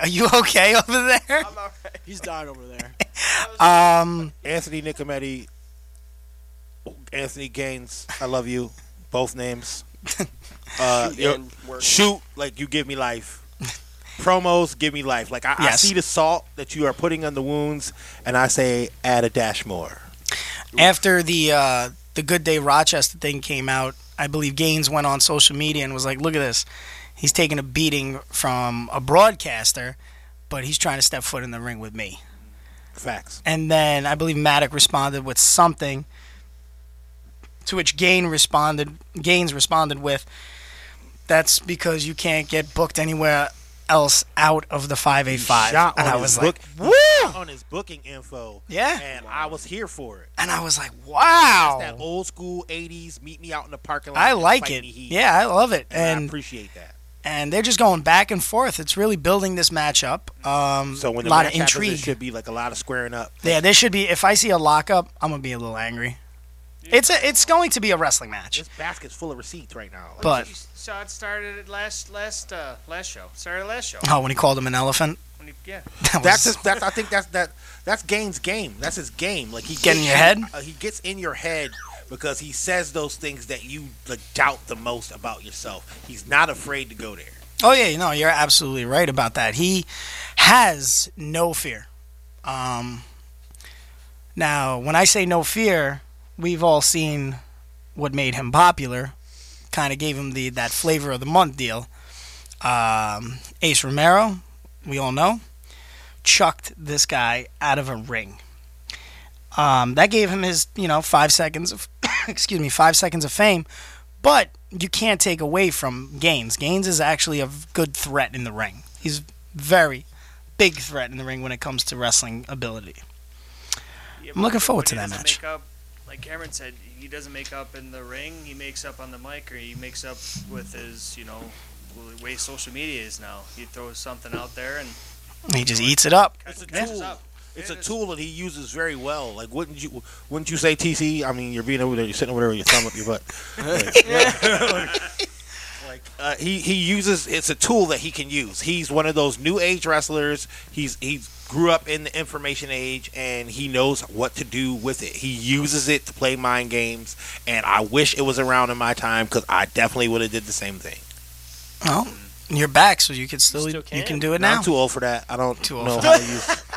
E: are you okay over there?
H: He's dying over there.
E: Um,
J: Anthony Nicometti, Anthony Gaines, I love you. Both names. Uh,
G: Shoot
J: yo-
G: and work.
J: shoot like you give me life. Promos give me life. Like I, I
E: Yes.
J: see the salt that you are putting on the wounds, and I say add a dash more.
E: after the uh, the Good Day Rochester thing came out, I believe Gaines went on social media and was like, "Look at this, he's taking a beating from a broadcaster, but he's trying to step foot in the ring with me."
J: Facts.
E: And then I believe Maddock responded with something, to which Gaines responded. Gaines responded with, "That's because you can't get booked anywhere else out of the five eight five.
J: Shot
E: And
J: on
E: I
J: his
E: was
J: book-
E: like, "Woo!"
J: on his booking info.
E: Yeah.
J: and I was here for it.
E: And I was like, "Wow."
J: It's that old school '80s. Meet me out in the parking lot.
E: I
J: and
E: like
J: fight
E: it.
J: me heat.
E: Yeah, I love it.
J: and, I
E: And
J: appreciate that.
E: and they're just going back and forth. It's really building this matchup. Um,
J: So when
E: a
J: the
E: lot
J: match
E: of
J: happens, it
E: intrigue.
J: should be like a lot of squaring up.
E: yeah, there should be. If I see a lockup, I'm gonna be a little angry. It's a, it's going to be a wrestling match.
J: This basket's full of receipts right now. Like,
E: But
L: So it started at last, last, uh, last show. Started last show.
E: oh, when he called him an elephant,
L: When he- yeah.
E: that
J: That's
E: was
J: his, that's I think that's that that's Gaines' game. That's his game. Like he
E: Get in
J: gets
E: your
J: you-
E: head?
J: uh, he gets in your head because he says those things that you like doubt the most about yourself. He's not afraid to go there.
E: Oh yeah, no, you're absolutely right about that. He has no fear. Um, now, when I say no fear, we've all seen what made him popular. Kind of gave him the that flavor of the month deal. Um, Ace Romero, we all know, chucked this guy out of a ring. Um, that gave him his, you know, five seconds of, excuse me, five seconds of fame. But you can't take away from Gaines. Gaines is actually a good threat in the ring. He's very big threat in the ring when it comes to wrestling ability. I'm looking forward to
I: When he
E: that
I: doesn't
E: match.
I: Make up, like Cameron said, he doesn't make up in the ring. He makes up on the mic, or he makes up with his, you know, the way social media is now. He throws something out there, and
E: He just eats it up.
J: It's a
I: Catches
J: tool.
I: up.
J: It's a tool that he uses very well. Like, wouldn't you? Wouldn't you say, TC? I mean, you're being over there. You're sitting over there with your thumb up your butt. Like, like, uh, he he uses. It's a tool that he can use. He's one of those new age wrestlers. He's he grew up in the information age, and he knows what to do with it. He uses it to play mind games, and I wish it was around in my time because I definitely would have did the same thing.
E: Well, you're back, so you can still, you can. do it now.
J: I'm too old for that. I don't
E: Too old
J: know
E: for
J: how
E: that.
J: to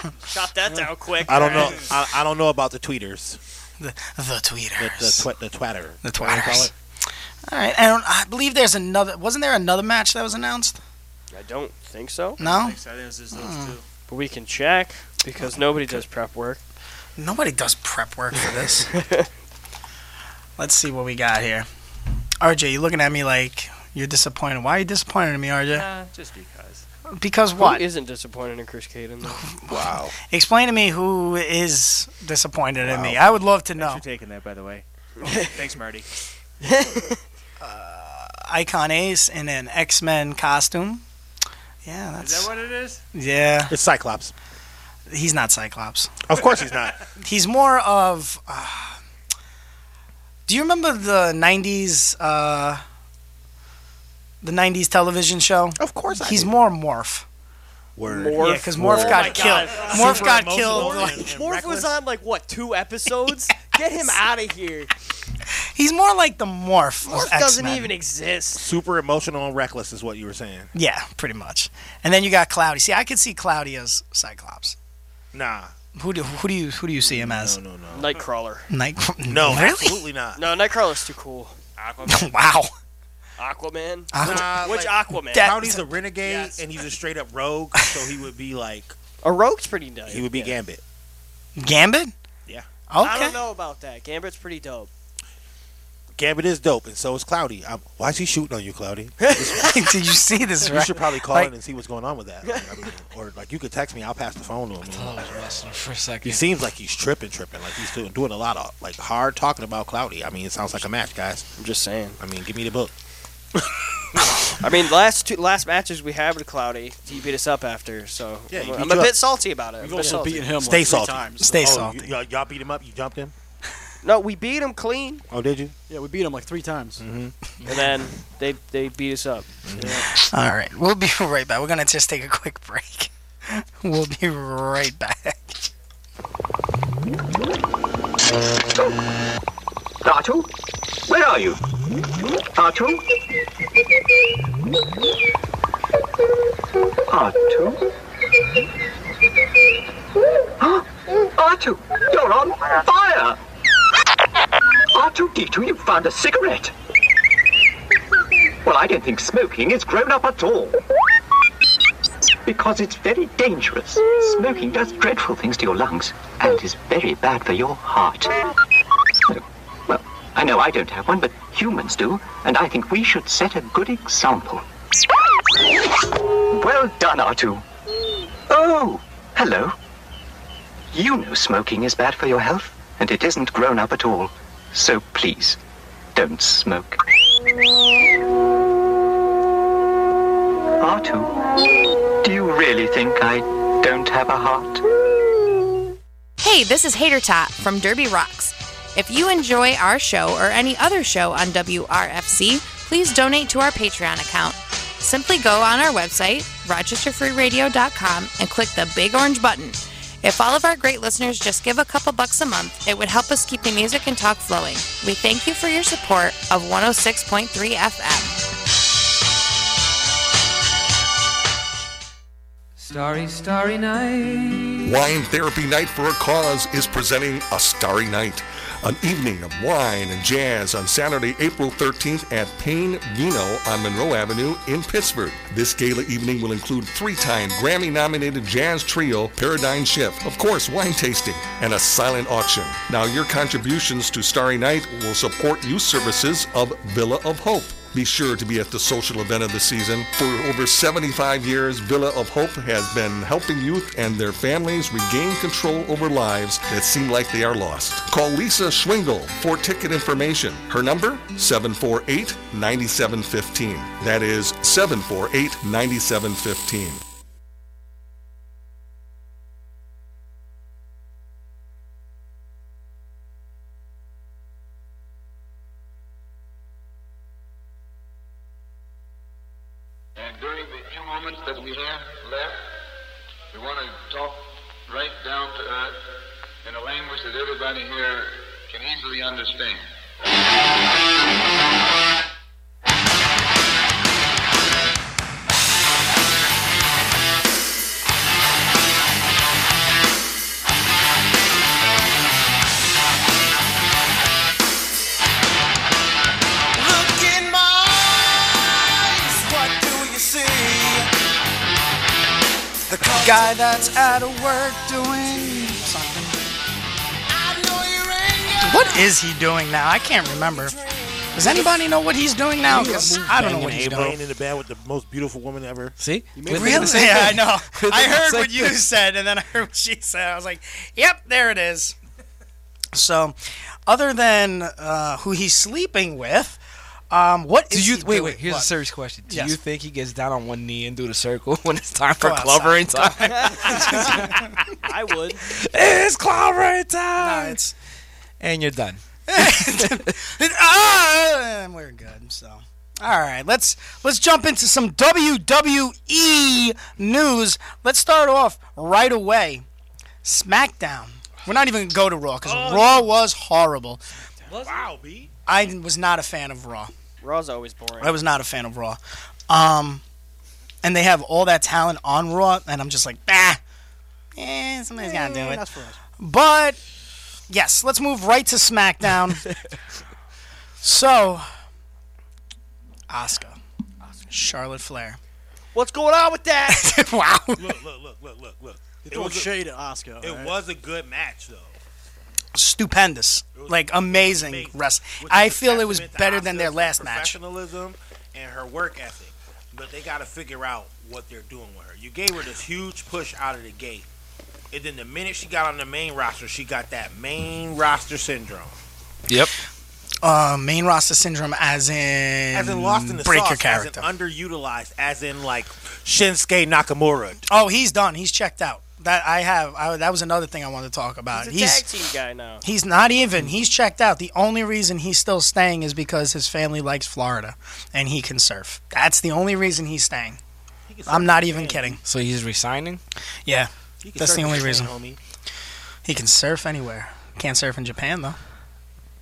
J: use.
G: Shot that down quick.
J: I don't know. I, I don't know about the tweeters.
E: The the tweeters.
J: The the, twi- the twatter.
E: The
J: What do you call
E: twatters.
J: it?
E: All right, I don't. I believe there's another. Wasn't there another match that was announced?
G: I don't think so.
E: No? I don't
G: so.
E: think
I: think it's
E: Mm. two.
G: But we can check because nobody does prep work.
E: Nobody does prep work for this. Let's see what we got here. RJ, you looking at me like you're disappointed. Why are you disappointed in me, RJ?
G: Nah, just because.
E: Because what?
G: Who isn't disappointed in Chris Caden? though?
E: Wow. Explain to me who is disappointed in me. I would love to know.
I: Thanks for taking that, by the way. Oh, Thanks, Marty.
E: Uh, Icon Ace in an X Men costume. Yeah, that's.
I: Is that what it is?
E: Yeah.
J: It's Cyclops.
E: He's not Cyclops.
J: Of course he's not.
E: He's more of. Uh, do you remember the '90s? Uh, the '90s television show. Of course, I he's more Morph.
J: Word.
E: Morph. because Morph
G: Oh my
E: got
G: God.
E: killed. Morph
G: Super
E: got
G: emotional
E: killed.
G: Morph,
E: like-
G: Morph was on like what two episodes? Get him out of here.
E: he's more like the Morph. of
G: Morph doesn't
E: X-Men.
G: even exist.
J: Super emotional and reckless is what you were saying.
E: Yeah, pretty much. And then you got Cloudy. See, I could see Cloudy as Cyclops.
J: Nah.
E: Who do who do you who do you see him as? No,
J: no,
G: Nightcrawler.
E: Night.
J: No,
E: really?
J: absolutely not.
G: No, Nightcrawler's too cool.
J: Aquaman.
E: wow.
G: Aquaman.
E: Aqu-
J: Nah,
G: Which
J: like,
G: Aquaman?
J: Cloudy's a renegade and he's a straight up rogue, so he would be like
G: a rogue's pretty dope.
J: He would be Gambit.
E: Gambit?
J: Yeah.
G: I don't know about that. Gambit's pretty dope.
J: Gambit is dope, and so is Cloudy. i why is he shooting on you, Cloudy?
E: Did you see this,
J: You
E: right?
J: should probably call
E: Like-
J: in and see what's going on with that. Like, I mean, or like you could text me. I'll pass the phone to him.
K: for a second.
J: He seems like he's tripping, tripping. Like he's doing, doing a lot of like hard talking about Cloudy. I mean, it sounds like a match, guys.
G: I'm just saying.
J: I mean, give me the book.
G: I mean, last two last matches we had with Cloudy, he beat us up after. So
J: Yeah, he
G: I'm,
J: beat
G: I'm
J: you
G: a
J: up.
G: bit salty about it.
J: You've
G: I'm a bit
J: also
G: salty.
J: beaten him, Stay like, three salty. times. Stay
G: Oh,
J: salty. y- y'all beat him up. You jumped him.
G: No, we beat him clean,
J: Oh, did you? Mm-hmm.
H: Yeah, we beat him like three times.
G: and then they they beat us up. Mm-hmm.
E: All right, we'll be right back. We're gonna just take a quick break. We'll be right back.
M: Artu? Where are you? Artu? Artu? Huh? Artu, you're on fire! R2D2, you found a cigarette! Well, I don't think smoking is grown up at all. Because it's very dangerous. Smoking does dreadful things to your lungs and is very bad for your heart. Well, I know I don't have one, but humans do, and I think we should set a good example. Well done, Artu. Oh, hello. You know smoking is bad for your health, and it isn't grown up at all. So please, don't smoke. Artu, do you really think I don't have a heart?
N: Hey, this is Hater Tot from Derby Rocks. If you enjoy our show or any other show on WRFC, please donate to our Patreon account. Simply go on our website, rochesterfreeradio.com, and click the big orange button. If all of our great listeners just give a couple bucks a month, it would help us keep the music and talk flowing. We thank you for your support of 106.3 FM.
O: Starry, starry night.
P: Wine Therapy Night for a Cause is presenting A Starry Night,
O: an evening of wine and jazz on Saturday, April 13th at Payne Vino on Monroe Avenue in Pittsburgh. This gala evening will include three-time Grammy-nominated jazz trio Paradigm Shift, of course, wine tasting, and a silent auction. Now, your contributions to Starry Night will support youth services of Villa of Hope. Be sure to be at the social event of the season. For over 75 years, Villa of Hope has been helping youth and their families regain control over lives that seem like they are lost. Call Lisa Schwingel for ticket information. Her number, 748 9715. That is 748 9715.
P: And during the few moments that we have left, we want to talk right down to earth in a language that everybody here can easily understand.
B: Look in my eyes, what do you see?
E: The guy that's out of work doing something. What is he doing now? I can't remember. Does anybody know what he's doing now? 'Cause I don't know what he's doing.
J: Laying in the bed with the most beautiful woman ever.
K: See, you
E: Really? Yeah, I know. I heard what you said, and then I heard what she said. I was like, "Yep, there it is." So, other than uh, who he's sleeping with, um, what
K: Do
E: is
K: you
E: he
K: wait?
E: doing?
K: Wait. Here's a
E: What?
K: serious question. Do
E: Yes.
K: you think he gets down on one knee and do the circle when it's time for
E: Go outside.
K: clovering time?
G: I would.
K: it's clovering time. and you're done.
E: Ah, and we're good. So, all right, let's let's jump into some WWE news. Let's start off right away. SmackDown. We're not even gonna go to Raw because Raw was horrible.
J: Wow, B.
E: I was not a fan of Raw.
G: Raw's always boring.
E: I was not a fan of Raw. Um, and they have all that talent on Raw, and I'm just like, bah. Eh, somebody's gotta do
B: Eh,
E: it.
B: that's for us.
E: But yes, let's move right to SmackDown. so, Asuka, Charlotte Flair.
G: What's going on with that?
E: wow.
J: Look, look, look, look, look, look.
E: They throwing shade
J: at
H: Oscar.
J: It
E: alright?
J: was a good match, though.
E: Stupendous, like amazing wrestling. I feel it was better than their last match.
J: Professionalism and her work ethic, but they got to figure out what they're doing with her. You gave her this huge push out of the gate, and then the minute she got on the main roster, she got that main roster syndrome.
K: Yep.
E: Uh, main roster syndrome, as in
J: As in lost in the
E: break
J: sauce,
E: your character.
J: as in underutilized, as in like Shinsuke Nakamura.
E: Oh, he's done. He's checked out. That I have. I, that was another thing I wanted to talk about.
G: He's a tag team guy now.
E: He's not even. He's checked out. The only reason he's still staying is because his family likes Florida and he can surf. That's the only reason he's staying. I'm not even kidding.
K: So he's resigning.
E: Yeah.
K: He can
E: That's the
K: surf
E: only
K: in
E: reason.
K: Japan,
E: He can surf anywhere. Can't surf in Japan though.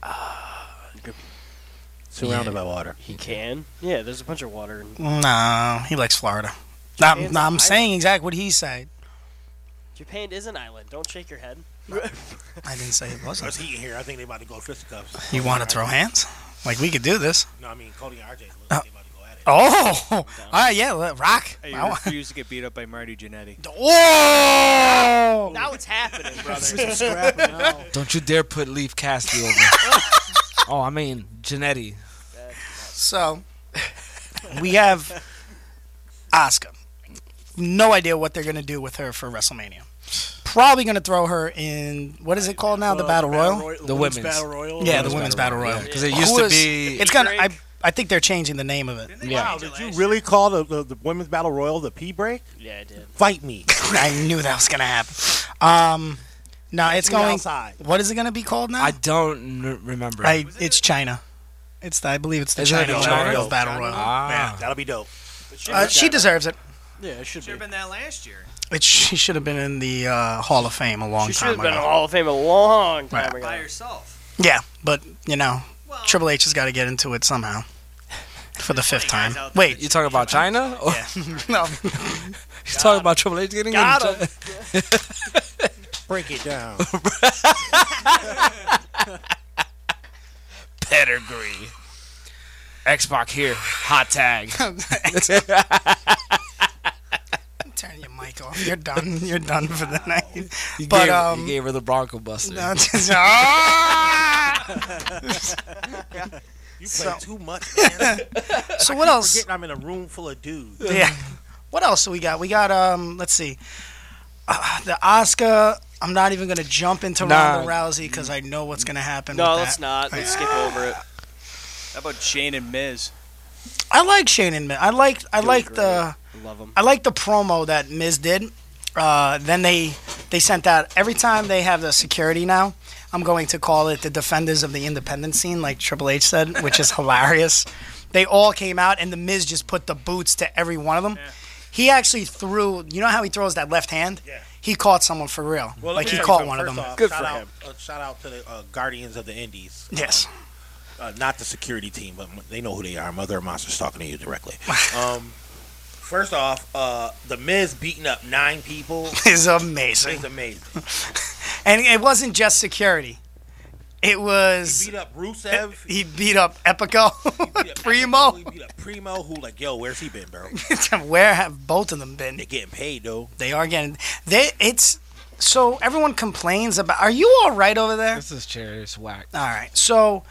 J: Surrounded by water. Mm.
G: He can. Yeah, there's a bunch of water. In
E: No, he likes Florida. No, I'm, no, I'm saying exactly what he said.
G: Japan is an island. Don't shake your head.
E: I didn't say it wasn't.
J: Because he in here, I think they about to go fisticuffs.
E: You want to throw hands? Like we could do this.
J: No, I mean Cody and RJ.
E: Uh, oh, all right, yeah, let- rock.
I: I
E: I want-
I: refuse to get beat up by Marty Jannetty.
E: Whoa!
G: Now it's happening, brother.
K: Don't you dare put Leaf Cassidy over. oh, I mean Janetti.
E: So we have Asuka. No idea what they're going to do with her for WrestleMania. Probably going to throw her in what is it called now? the
H: Well,
E: Battle
H: the Battle
E: Royal?
H: Roy- the The women's women's. Battle Royal.
E: Yeah,
H: Women's
E: the women's
H: Battle
E: Battle
H: Royal,
E: Royal.
H: yeah. 'Cause it used
E: Who
H: to
E: is-
H: be-
E: It's gonna. I, I think they're changing the name of it.
J: Wow, did you really call the, the, the women's battle royal the pee break?
G: Yeah, I did.
J: Fight me.
E: I knew that was gonna happen. Um, no, it's
J: me
E: going.
J: outside.
E: What is it gonna be called now?
K: I don't n- remember.
E: I, it's China. It's the, I believe it's the
K: Is it
E: China,
K: like a
E: China,
K: China?
E: Battle Royal.
K: Ah.
J: Man, that'll be dope.
E: Uh, she deserves it.
H: Yeah, it should
I: have been that last year.
E: It she should have been in the uh, Hall of Fame a long
G: She should
E: time
G: have
E: ago.
G: been in the Hall of Fame a long time
E: Right.
G: ago.
I: By herself.
E: Yeah, but you know, Triple H has got to get into it somehow for the fifth time. Wait,
K: you talking about China? Or
E: no,
K: you Oh, talking about Triple H getting
E: Got
K: in?
E: him.
J: Break it down.
K: pedigree. Xbox here, hot tag.
E: Turn your mic off. You're done. You're done for the night.
K: You
E: but
K: gave, her-
E: um,
K: you gave her the Bronco Buster.
E: no, just- Ah!
J: You play
E: So-
J: too much, man.
E: So
J: I
E: what
J: keep
E: else?
J: forgetting I'm in a room full of dudes.
E: yeah. What else do we got? We got um. Let's see. Uh, the Oscar. I'm not even gonna jump into
G: Nah.
E: Ronda Rousey because I know what's gonna happen.
G: No,
E: with
G: let's
E: that.
G: not. Let's skip over it.
I: How about Shane and Miz?
E: I like Shane and Miz. I like I
I: Doing
E: like the
G: great. Love 'em.
E: I like the promo that Miz did. Uh, then they they sent out every time they have the security now. I'm going to call it the defenders of the independent scene, like Triple H said, which is hilarious. They all came out, and the Miz just put the boots to every one of them. He actually threw. You know how he throws that left hand? Yeah. He caught someone for real.
J: Well, let
E: like
J: me tell
E: he
J: you
E: caught
J: something.
E: one of
J: First
E: them.
J: off, shout out, uh, shout out to the uh, Guardians of the Indies.
E: Yes.
J: Um, uh, not the security team, but m- they know who they are. Mother of Monsters talking to you directly. Um, first off, uh, the Miz beating up nine people
E: Is amazing.
J: Is amazing.
E: And it wasn't just security. It was.
J: He beat up Rusev.
E: He beat up Epico, Primo.
J: Beat up Primo, who like, yo, where's he been, bro?
E: Where have both of them been? They're
J: getting paid though.
E: They are getting. They it's so everyone complains about. Are you all right over there?
K: This chair is whack.
E: All right. So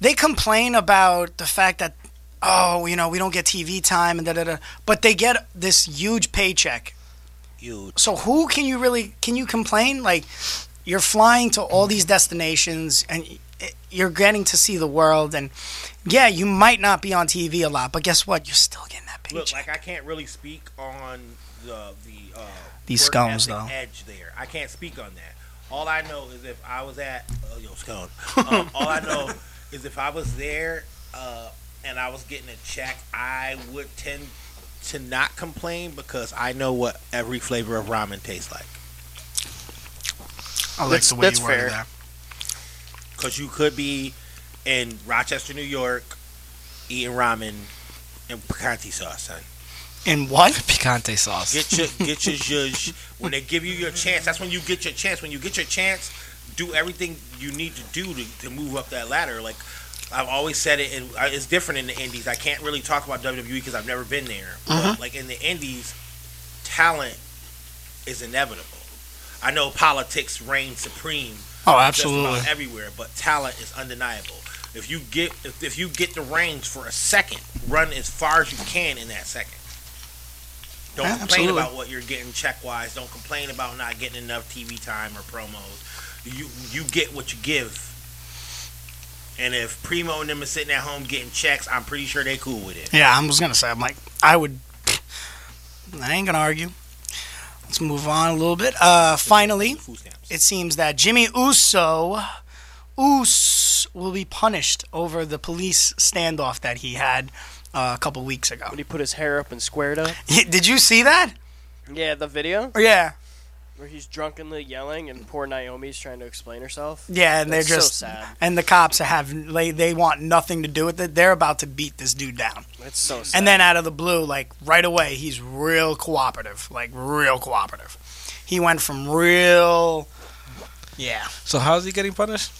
E: they complain about the fact that oh, you know, we don't get TV time and da da da, but they get this huge paycheck.
J: Huge.
E: So who can you really can you complain? Like you're flying to all these destinations and y- you're getting to see the world and yeah, you might not be on TV a lot, but guess what? You're still getting that paycheck.
J: Look, like I can't really speak on the the uh,
E: These
J: work
E: scones,
J: ethic
E: though.
J: edge there. I can't speak on that. All I know is if I was at uh, yo scone. Um, all I know is if I was there uh, and I was getting a check, I would tend to not complain because I know what every flavor of ramen tastes like.
E: I like the way you worded that.
J: Because you could be in Rochester, New York, eating ramen and picante sauce, son.
E: In what?
K: Picante sauce.
J: Get your get your zhuzh. When they give you your chance, that's when you get your chance. When you get your chance, do everything you need to do to, to move up that ladder. Like I've always said it, and uh, it's different in the Indies. I can't really talk about WWE because I've never been there. But
E: Uh-huh.
B: Mhm.
J: like in the Indies, talent is inevitable. I know politics reigns supreme. just
E: Oh,
J: about
E: absolutely.
J: everywhere, but talent is undeniable. If you get if, if you get the reins for a second, run as far as you can in that second. Don't
E: Yeah,
J: complain
E: absolutely.
J: about what you're getting check wise. Don't complain about not getting enough TV time or promos. You you get what you give. And if Primo and them are sitting at home getting checks, I'm pretty sure they cool with it.
E: Yeah, I was gonna say. I'm like, I would. I ain't gonna argue. Let's move on a little bit. Uh, finally, it seems that Jimmy Uso, Us, will be punished over the police standoff that he had uh, a couple weeks ago. When
G: he put his hair up and squared up.
E: Did you see that? Oh,
G: Yeah, the video
E: Yeah,
G: where he's drunkenly yelling and poor Naomi's trying to explain herself.
E: yeah, and
G: That's
E: they're just
G: so sad.
E: and the cops have they they want nothing to do with it. They're about to beat this dude down.
G: That's so sad.
E: And then out of the blue, like right away, he's real cooperative. Like real cooperative. He went from real. Yeah.
K: So how's he getting punished?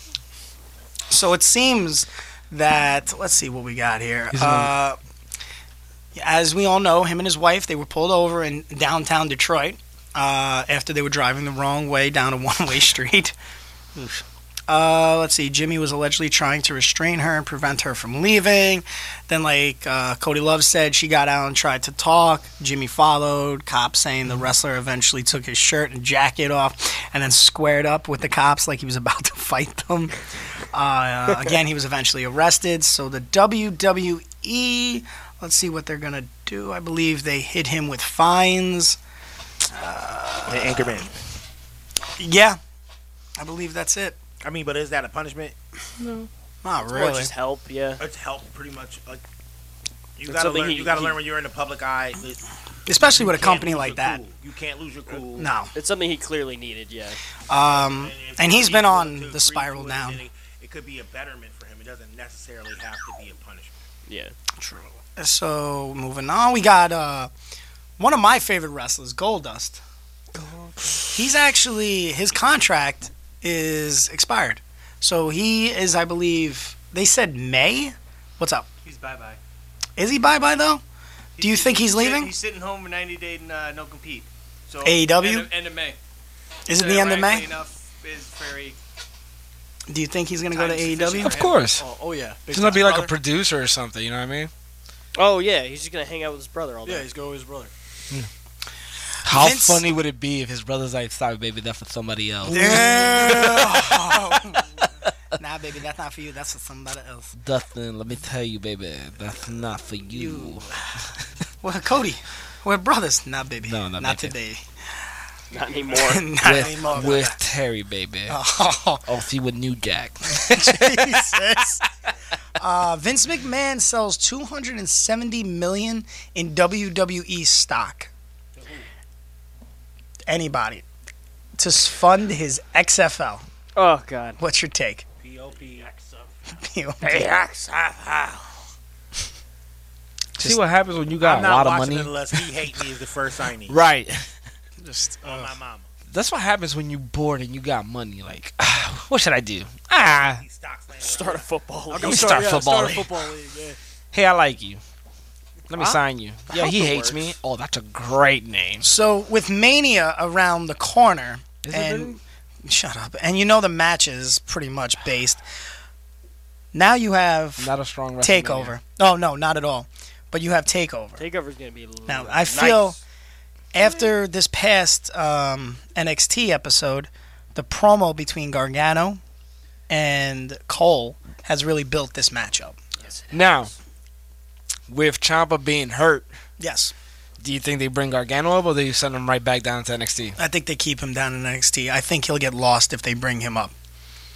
E: So it seems that let's see what we got here.
K: He's
E: Uh, as we all know, him and his wife they were pulled over in downtown Detroit uh, after they were driving the wrong way down a one-way street. Uh, let's see. Jimmy was allegedly trying to restrain her and prevent her from leaving. Then, like uh, Cody Love said, she got out and tried to talk. Jimmy followed. Cops saying the wrestler eventually took his shirt and jacket off, and then squared up with the cops like he was about to fight them. Uh, again, he was eventually arrested. So the WWE, let's see what they're gonna do. I believe they hit him with fines.
J: The Anchorman.
E: Yeah, I believe that's it.
J: I mean, but is that a punishment?
E: No. Not
G: It's more
E: really.
G: just help, yeah.
J: It's help, pretty much. Like you
G: It's
J: gotta
G: something
J: learn.
G: he-
J: you gotta
G: he-
J: learn when you're in the public eye. that
E: Especially
J: you
E: with a
J: can't
E: company
J: lose
E: like
J: your
E: that.
J: cool. You can't lose your cool.
E: No.
G: It's something he clearly needed, yeah.
E: Um, and he's been on the spiral
J: It
E: down.
J: could- It could be a betterment for him. It doesn't necessarily have to be a punishment.
G: Yeah.
E: True. So moving on, we got uh, one of my favorite wrestlers, Goldust. He's actually his contract is expired, so he is, I believe, They said May. What's up?
I: He's bye bye.
E: Is he bye bye though? Do you think he's leaving? E
I: He's sitting home with 90 day uh, no compete. So
E: AEW?
I: End of, end of May.
E: Is it the end of May?
I: Ironically Enough is very
E: Do you think he's gonna go to E AEW?
K: Of course.
G: Oh, oh, yeah. Big
K: Doesn't that be like
G: brother.
K: a producer or something? You know what I mean?
G: Oh yeah, he's just gonna hang out with his brother all day.
H: Yeah, he's going with his brother.
K: How
G: Vince-
K: funny would it be if his brother's like, "Sorry, baby, that's for somebody else."
E: nah, baby, that's not for you. That's for somebody else.
K: Dustin, let me tell you, baby, that's not for you.
E: Well, Cody, we're brothers. Nah, baby.
K: No, not
E: not
K: baby.
E: today.
G: Not anymore.
E: not
K: with,
E: anymore.
K: with Terry, baby.
E: Oh.
K: oh, see with New Jack.
E: Jesus. Uh, Vince McMahon sells 270 million in WWE stock. Anybody to s- fund his XFL.
G: Oh God.
E: What's your take?
K: see what happens when you got
J: I'm
K: a lot
J: not
K: of
J: watching
K: money.
J: it unless he hate me is the first signee.
K: Right.
E: Just uh,
J: on my mama.
K: That's what happens when you bored and you got money. Like, "Ah, what should I do? Ah,
G: Start a football.
K: Let me start football.
G: Start a football league. Yeah.
K: hey, I like you. Let me
E: Huh?
K: sign you.
E: I
K: Yeah,
E: hope
K: he
E: it
K: hates
E: works.
K: me. Oh, that's a great name.
E: So with Mania around the corner,
K: Is it
E: and shut up, and you know the match is pretty much based. Now you have
K: not a strong WrestleMania.
E: takeover. Oh no, not at all. But you have takeover.
G: Takeover's gonna be
E: Now I
G: nice.
E: feel after this past um, NXT episode, the promo between Gargano and Cole has really built this matchup.
K: Now, with Champa being hurt,
E: yes.
K: Do you think they bring Gargano up, or they send him right back down to NXT?
E: I think they keep him down in NXT. I think he'll get lost if they bring him up.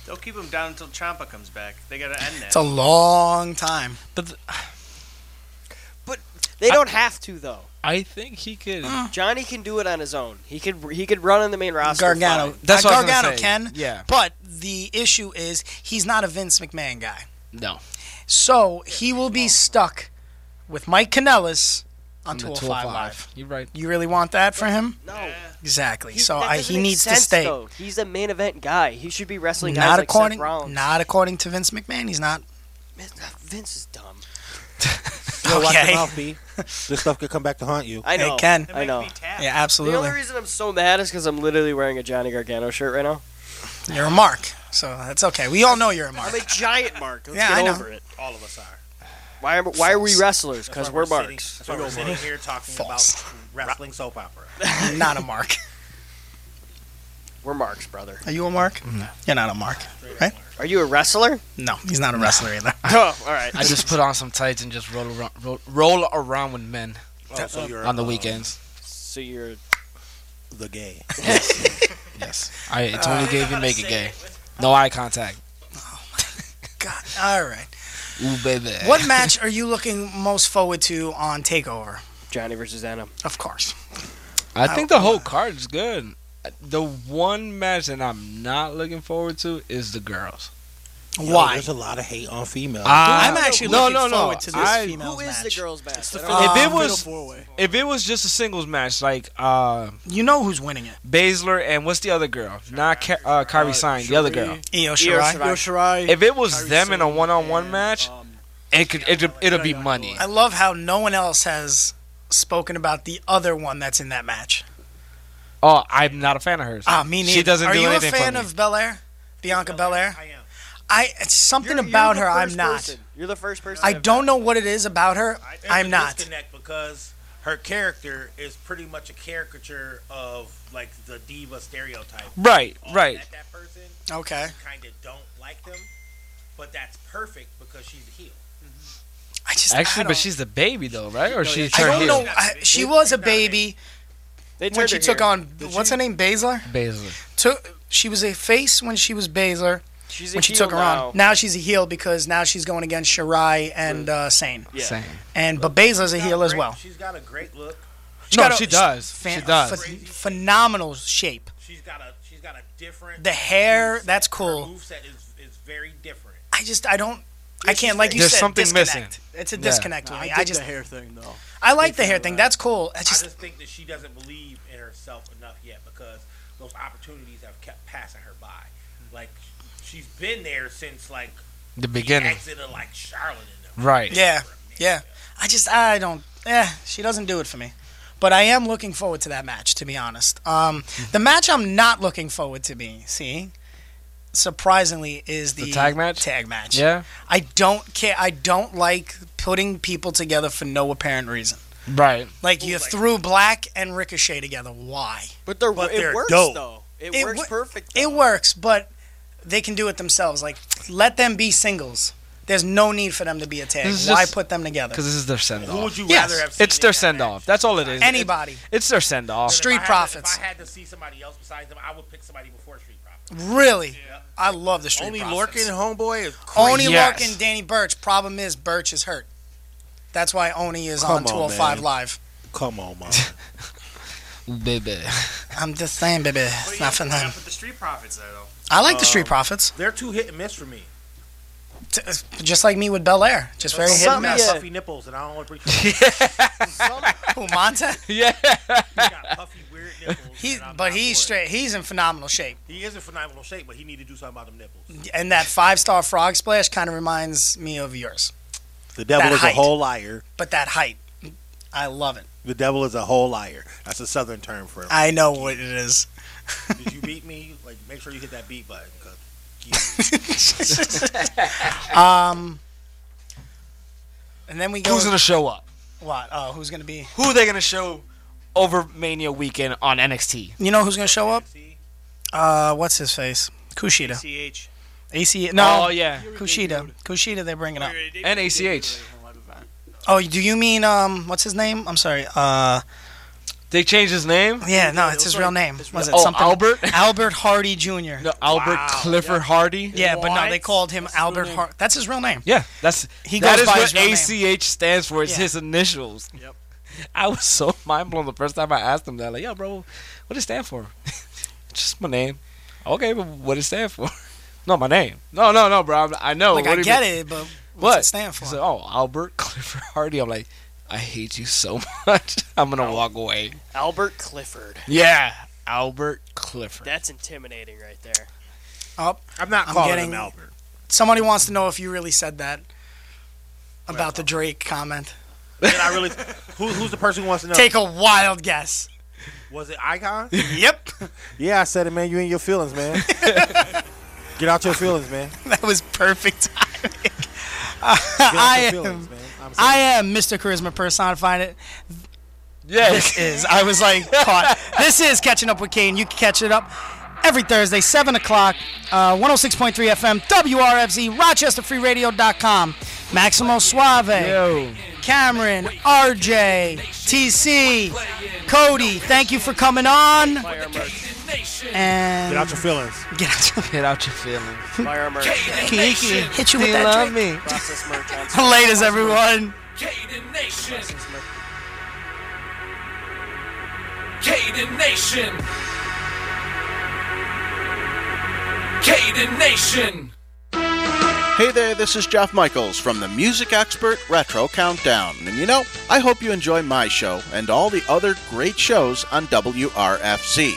I: They'll keep him down until Champa comes back. They gotta end that.
E: It's a long time.
K: But
G: They don't have to though.
K: I think he could.
G: Johnny can do it on his own. He could he could run in the main roster.
E: Gargano,
G: fine.
E: uh, Gargano can.
G: Yeah.
E: But the issue is he's not a Vince McMahon guy,
K: No.
E: so he will be stuck with Mike Kanellis on,
K: On the
E: 205
K: 205.
E: Live.
K: You're right.
E: You really want that for him?
G: No.
E: Exactly.
G: He-
E: so
G: that
E: I,
G: doesn't
E: he
G: make
E: needs to
G: sense,
E: stay.
G: though. He's a main event guy. He should be wrestling guys
E: Not
G: like
E: according,
G: Seth Rollins.
E: not according to Vince McMahon. He's not.
G: Man, Vince is dumb.
J: Yo, watch
E: Okay.
J: your mouth, B. This stuff could come back to haunt you.
G: I know.
E: It can.
G: I know.
E: Yeah,
G: The only
E: absolutely.
G: reason I'm so mad is because I'm literally wearing a Johnny Gargano shirt right now.
E: You're a mark, so that's okay. We all know you're a mark.
G: I'm a giant mark. Let's
E: Yeah,
G: get
E: I know.
G: over it.
J: All of us are.
G: Why, am- why are we wrestlers?
J: That's
G: Because
J: why
G: we're
J: sitting-
G: marks.
J: That's why we're sitting here talking about wrestling soap opera.
E: not a mark.
G: We're marks, brother.
E: Are you a mark? Mm-hmm. You're not a mark, right?
G: Are you a wrestler?
E: No, he's not a wrestler either.
G: Oh, all right.
K: I just put on some tights and just roll around, roll, roll around with men
J: Oh, so you're,
K: on the
J: uh,
K: weekends.
G: So you're
J: the gay.
K: Yes, I. It's only gay if you make it gay. No eye contact.
E: God, all right.
K: Ooh, baby.
E: What match are you looking most forward to on Takeover?
G: Johnny versus Venom.
E: Of course.
K: I think the whole card is good. The one match that I'm not looking forward to is the girls.
J: Yo,
E: Why?
J: There's a lot of hate on females.
K: I-
E: I'm actually
K: no,
E: looking Um,
K: no, no.
E: forward to this
K: I-
E: female
G: Who is
E: match.
G: the girls' best?
K: if it was, if it was just a singles match, like uh,
E: You know who's winning it?
K: Baszler and what's the other girl? Not Ka- uh, Kyrie Sane, the other girl.
E: Io
G: Shirai.
E: Shirai.
G: Io
H: Shirai.
K: If it was them in a one-on-one match,
J: um,
K: it could it, it'll be money.
E: I love how no one else has spoken about the other one that's in that match.
K: Oh, I'm not a fan of hers.
E: Ah, me neither.
K: She doesn't
E: Are
K: do
E: you
K: anything
E: a fan
K: for me.
E: of Belair? Bianca Belair? I am. I it's something about her I'm not.
G: You're the first person.
E: I
G: I've
E: don't know what it is about her.
J: There's
E: I'm
J: a
E: not.
J: disconnect because her character is pretty much a caricature of like the diva stereotype.
K: Right,
J: All
K: right.
J: At that person.
E: Okay.
J: Kind of don't like them, but that's perfect because she's a heel.
E: Mm-hmm. I just I
K: Actually,
E: don't-
K: but she's the baby though, right? Or she's
E: I
K: her
E: don't
K: heel?
E: know. I, she was a baby
G: They turned
E: when she
G: her
E: took
G: here.
E: on what's her name, Baszler.
K: Baszler.
E: Took she was a face when she was Baszler.
G: She's a
E: when she
G: heel
E: took her on.
G: now.
E: Now she's a heel because now she's going against Shirai and uh, Sane.
G: Yeah.
K: Sane.
E: And but Baszler's a heel as well.
J: She's got a great look.
E: She's
K: No,
E: got a-
K: she does. She
E: phen-
K: does.
E: ph- phenomenal shape.
J: She's got a she's got a different.
E: The hair,
J: moveset.
E: that's
J: Her
E: cool.
J: moveset is is very different.
E: I just I don't I can't like you
K: There's
E: said.
K: something
E: disconnect.
K: missing.
E: It's a
K: Yeah.
E: disconnect
H: Nah,
E: with
H: I
E: me.
H: dig
E: I, just
H: the hair thing though.
E: I like the hair thing. That's cool. I
J: I just,
E: just
J: think that she doesn't believe in herself enough yet because
H: Hmm.
J: those opportunities have kept passing her by. Like she's been there since like
K: The beginning.
J: Exited like Charlotte.
K: Right.
E: Yeah, yeah. I just I don't. Yeah, she doesn't do it for me. But I am looking forward to that match, to be honest. Um, the match I'm not looking forward to be seeing, surprisingly, is the,
K: The tag match?
E: Tag match.
K: Yeah.
E: I don't care. I don't like putting people together for no apparent reason.
K: Right.
E: Like you threw Black and Ricochet together. Why?
G: But they're,
E: But
G: it
E: they're
G: works
E: dope.
G: though. It,
E: It
G: works
E: wo-
G: perfect.
E: It works, but they can do it themselves. Like let them be singles. There's no need for them to be a tag.
K: This is
E: Why
K: just-
E: put them together?
K: Because this is their send off.
E: Who would you Yes. rather have seen
K: It's their send off. That's all it is. It-
E: Anybody.
K: it's their send off.
E: Street Profits.
J: If I had to see somebody else besides them, I would pick somebody before Street Profits.
E: Really? I love the Street
J: Only
E: Profits.
J: Lorcan and Homeboy is crazy.
E: Oni
J: Yes.
E: Larkin, Danny Birch. Problem is, Birch is hurt. That's why Oni is on 205 Live.
J: Come on, man.
K: Baby.
E: I'm just saying, baby. It's not for them.
I: The Street Profits, though.
E: I like the
J: Um,
H: Um,
E: Street Profits.
J: They're too hit and miss for me.
E: T- uh, Just like me with Bel Air. Just very hit and
J: Something
E: miss.
J: got puffy nipples, and I don't want to preach.
E: Who, Monta?
K: Yeah.
E: He, but he's straight. He's in phenomenal shape.
J: He is in phenomenal shape, but he need to do something about them nipples.
E: And that five star frog splash kind of reminds me of yours.
J: The devil
E: That
J: is
E: height.
J: a whole liar.
E: But that height, I love it.
J: The devil is a whole liar. That's a southern term for him.
E: I know what it is.
J: Did you beat me? Like, make sure you hit that beat button. 'cause-
E: Um, and then we go.
K: Who's gonna show up?
E: What? Oh, who's gonna be?
K: Who are they gonna show over Mania weekend on NXT?
E: You know who's gonna show up? Uh, what's his face? Kushida.
I: ACH.
E: AC. No.
K: Oh, yeah.
E: Kushida. Kushida. They're bringing up.
J: Oh,
K: And ACH.
E: Oh, do you mean um? What's his name? I'm sorry. Uh.
K: They changed his name.
E: Yeah, no, it's his real name. Was it
K: Oh,
E: something?
K: Albert?
E: Albert Hardy Jr. No,
K: Albert Clifford Hardy.
E: Yeah, but no, they called him Albert Hardy. That's his real name.
K: Yeah, that's
E: He
K: that
E: goes
K: is
E: by
K: what
E: his real name.
K: ACH stands for. It's
E: Yeah.
K: his initials. Yep. I was so mind blown the first time I asked him that. Like, yo, bro, what does it stand for? "It's Just my name. Okay, but what does it stand for? No, my name. No, no, no, bro. I'm, I know.
E: Like,
K: What
E: I
K: do you
E: get
K: mean?
E: it, but
K: what
E: what's it stand for?
K: He's like, oh, Albert Clifford Hardy. I'm like, I hate you so much. I'm gonna walk away.
G: Albert Clifford.
K: Yeah, Albert Clifford.
G: That's intimidating right there.
E: Up.
J: I'm not
E: Oh, I'm
J: calling
E: getting-
J: him Albert.
E: Somebody wants to know if you really said that about the Drake comment.
J: Did I really? Who, who's the person who wants to know?
E: Take a wild guess.
J: Was it Icon?
E: yep.
J: Yeah, I said it, man. You in your feelings, man. Get out your feelings, man.
E: That was perfect timing. I
J: your
E: am,
J: feelings, man. I'm sorry.
E: I am Mr. Charisma personified. It.
K: Yes.
E: This is. I was like caught. This is catching up with Kane. You can catch it up every Thursday, seven o'clock, uh, 106.3 FM, WRFZ, RochesterFreeRadio.com. Maximo Suave, Cameron, RJ, TC, Cody. Thank you for coming on. And
J: Get out your feelings.
E: Get out your,
K: Get out your feelings.
G: Buy our merch.
E: Kiki, hit
K: Do
E: you with
K: you
E: that
K: love
E: drink.
G: Process merch on Spotify.
E: Laters, everyone.
D: Caden Nation. Caden Nation. Caden Nation.
Q: Hey there, this is Jeff Michaels from the music expert Retro Countdown. And you know, I hope you enjoy my show and all the other great shows on WRFC.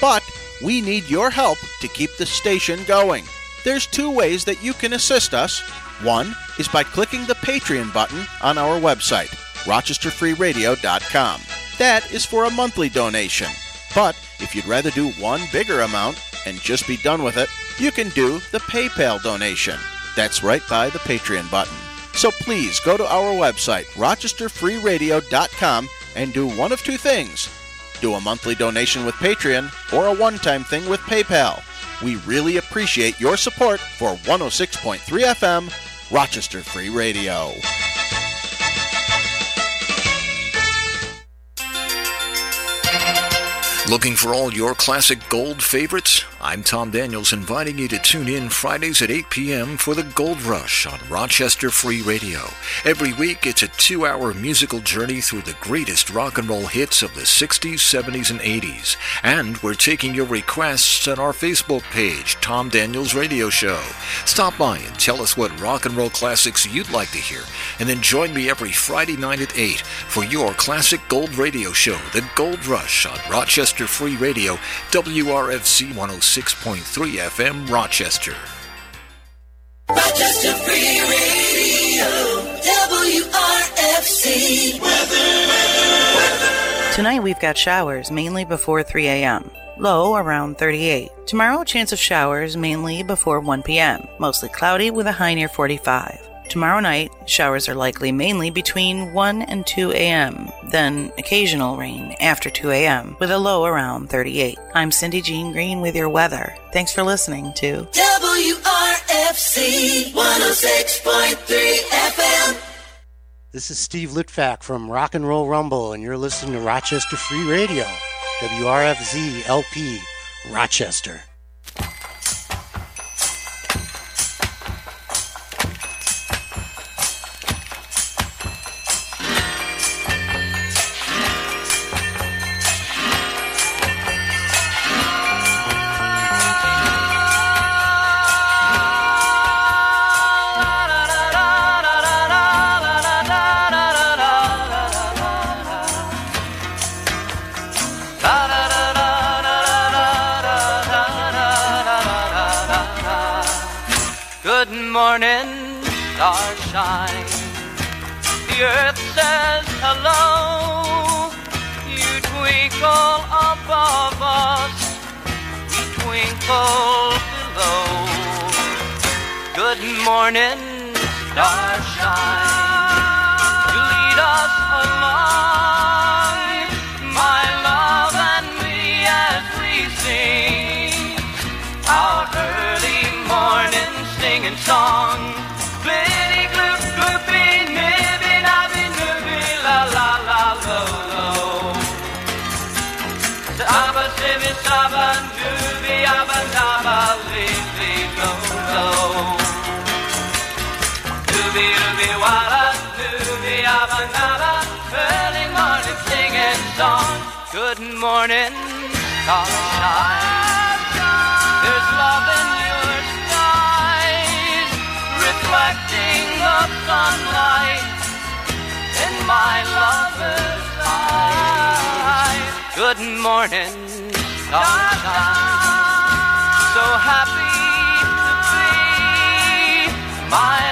Q: But we need your help to keep the station going. There's two ways that you can assist us. One is by clicking the Patreon button on our website, rochesterfreeradio.com. That is for a monthly donation. But if you'd rather do one bigger amount and just be done with it, you can do the PayPal donation. That's right by the Patreon button. So please go to our website, rochesterfreeradio.com, and do one of two things do a monthly donation with Patreon or a one time thing with PayPal. We really appreciate your support for 106.3 FM, Rochester Free Radio.
R: Looking for all your classic gold favorites? I'm Tom Daniels inviting you to tune in Fridays at 8 p.m. for the Gold Rush on Rochester Free Radio. Every week, it's a two hour musical journey through the greatest rock and roll hits of the 60s, 70s, and 80s. And we're taking your requests at our Facebook page, Tom Daniels Radio Show. Stop by and tell us what rock and roll classics you'd like to hear, and then join me every Friday night at 8 for your classic gold radio show, The Gold Rush, on Rochester Free Radio, oh WRFC 106.3 FM, Rochester.
B: Rochester Free Radio, WRFC.
A: Tonight we've got showers mainly before 3 a.m. Low around 38. Tomorrow, a chance of showers mainly before 1 p.m. Mostly cloudy with a high near 45. Tomorrow night, showers are likely mainly between 1 and 2 a.m., then occasional rain after 2 a.m., with a low around 38. I'm Cindy Jean Green with your weather. Thanks for listening to
B: WRFC 106.3 FM.
S: This is Steve Litvack from Rock and Roll Rumble, and you're listening to Rochester Free Radio, WRFZ LP, Rochester.
T: Good morning, stars shine. The earth says hello. You twinkle above us, we twinkle below. Good morning, stars shine. You lead us along, my love and me as we sing our early morning singing song. Blitty gloop gloopy nibby nobby nooby la la la lo lo.
D: Oh.
T: Abba sibby saba nooby abba daba li li lo lo. Nooby ooby wala nooby abba daba early morning singing song. Good morning, sunshine. There's love in your skies, reflecting the sunlight in my lover's eyes. Good morning, sunshine. So happy to be my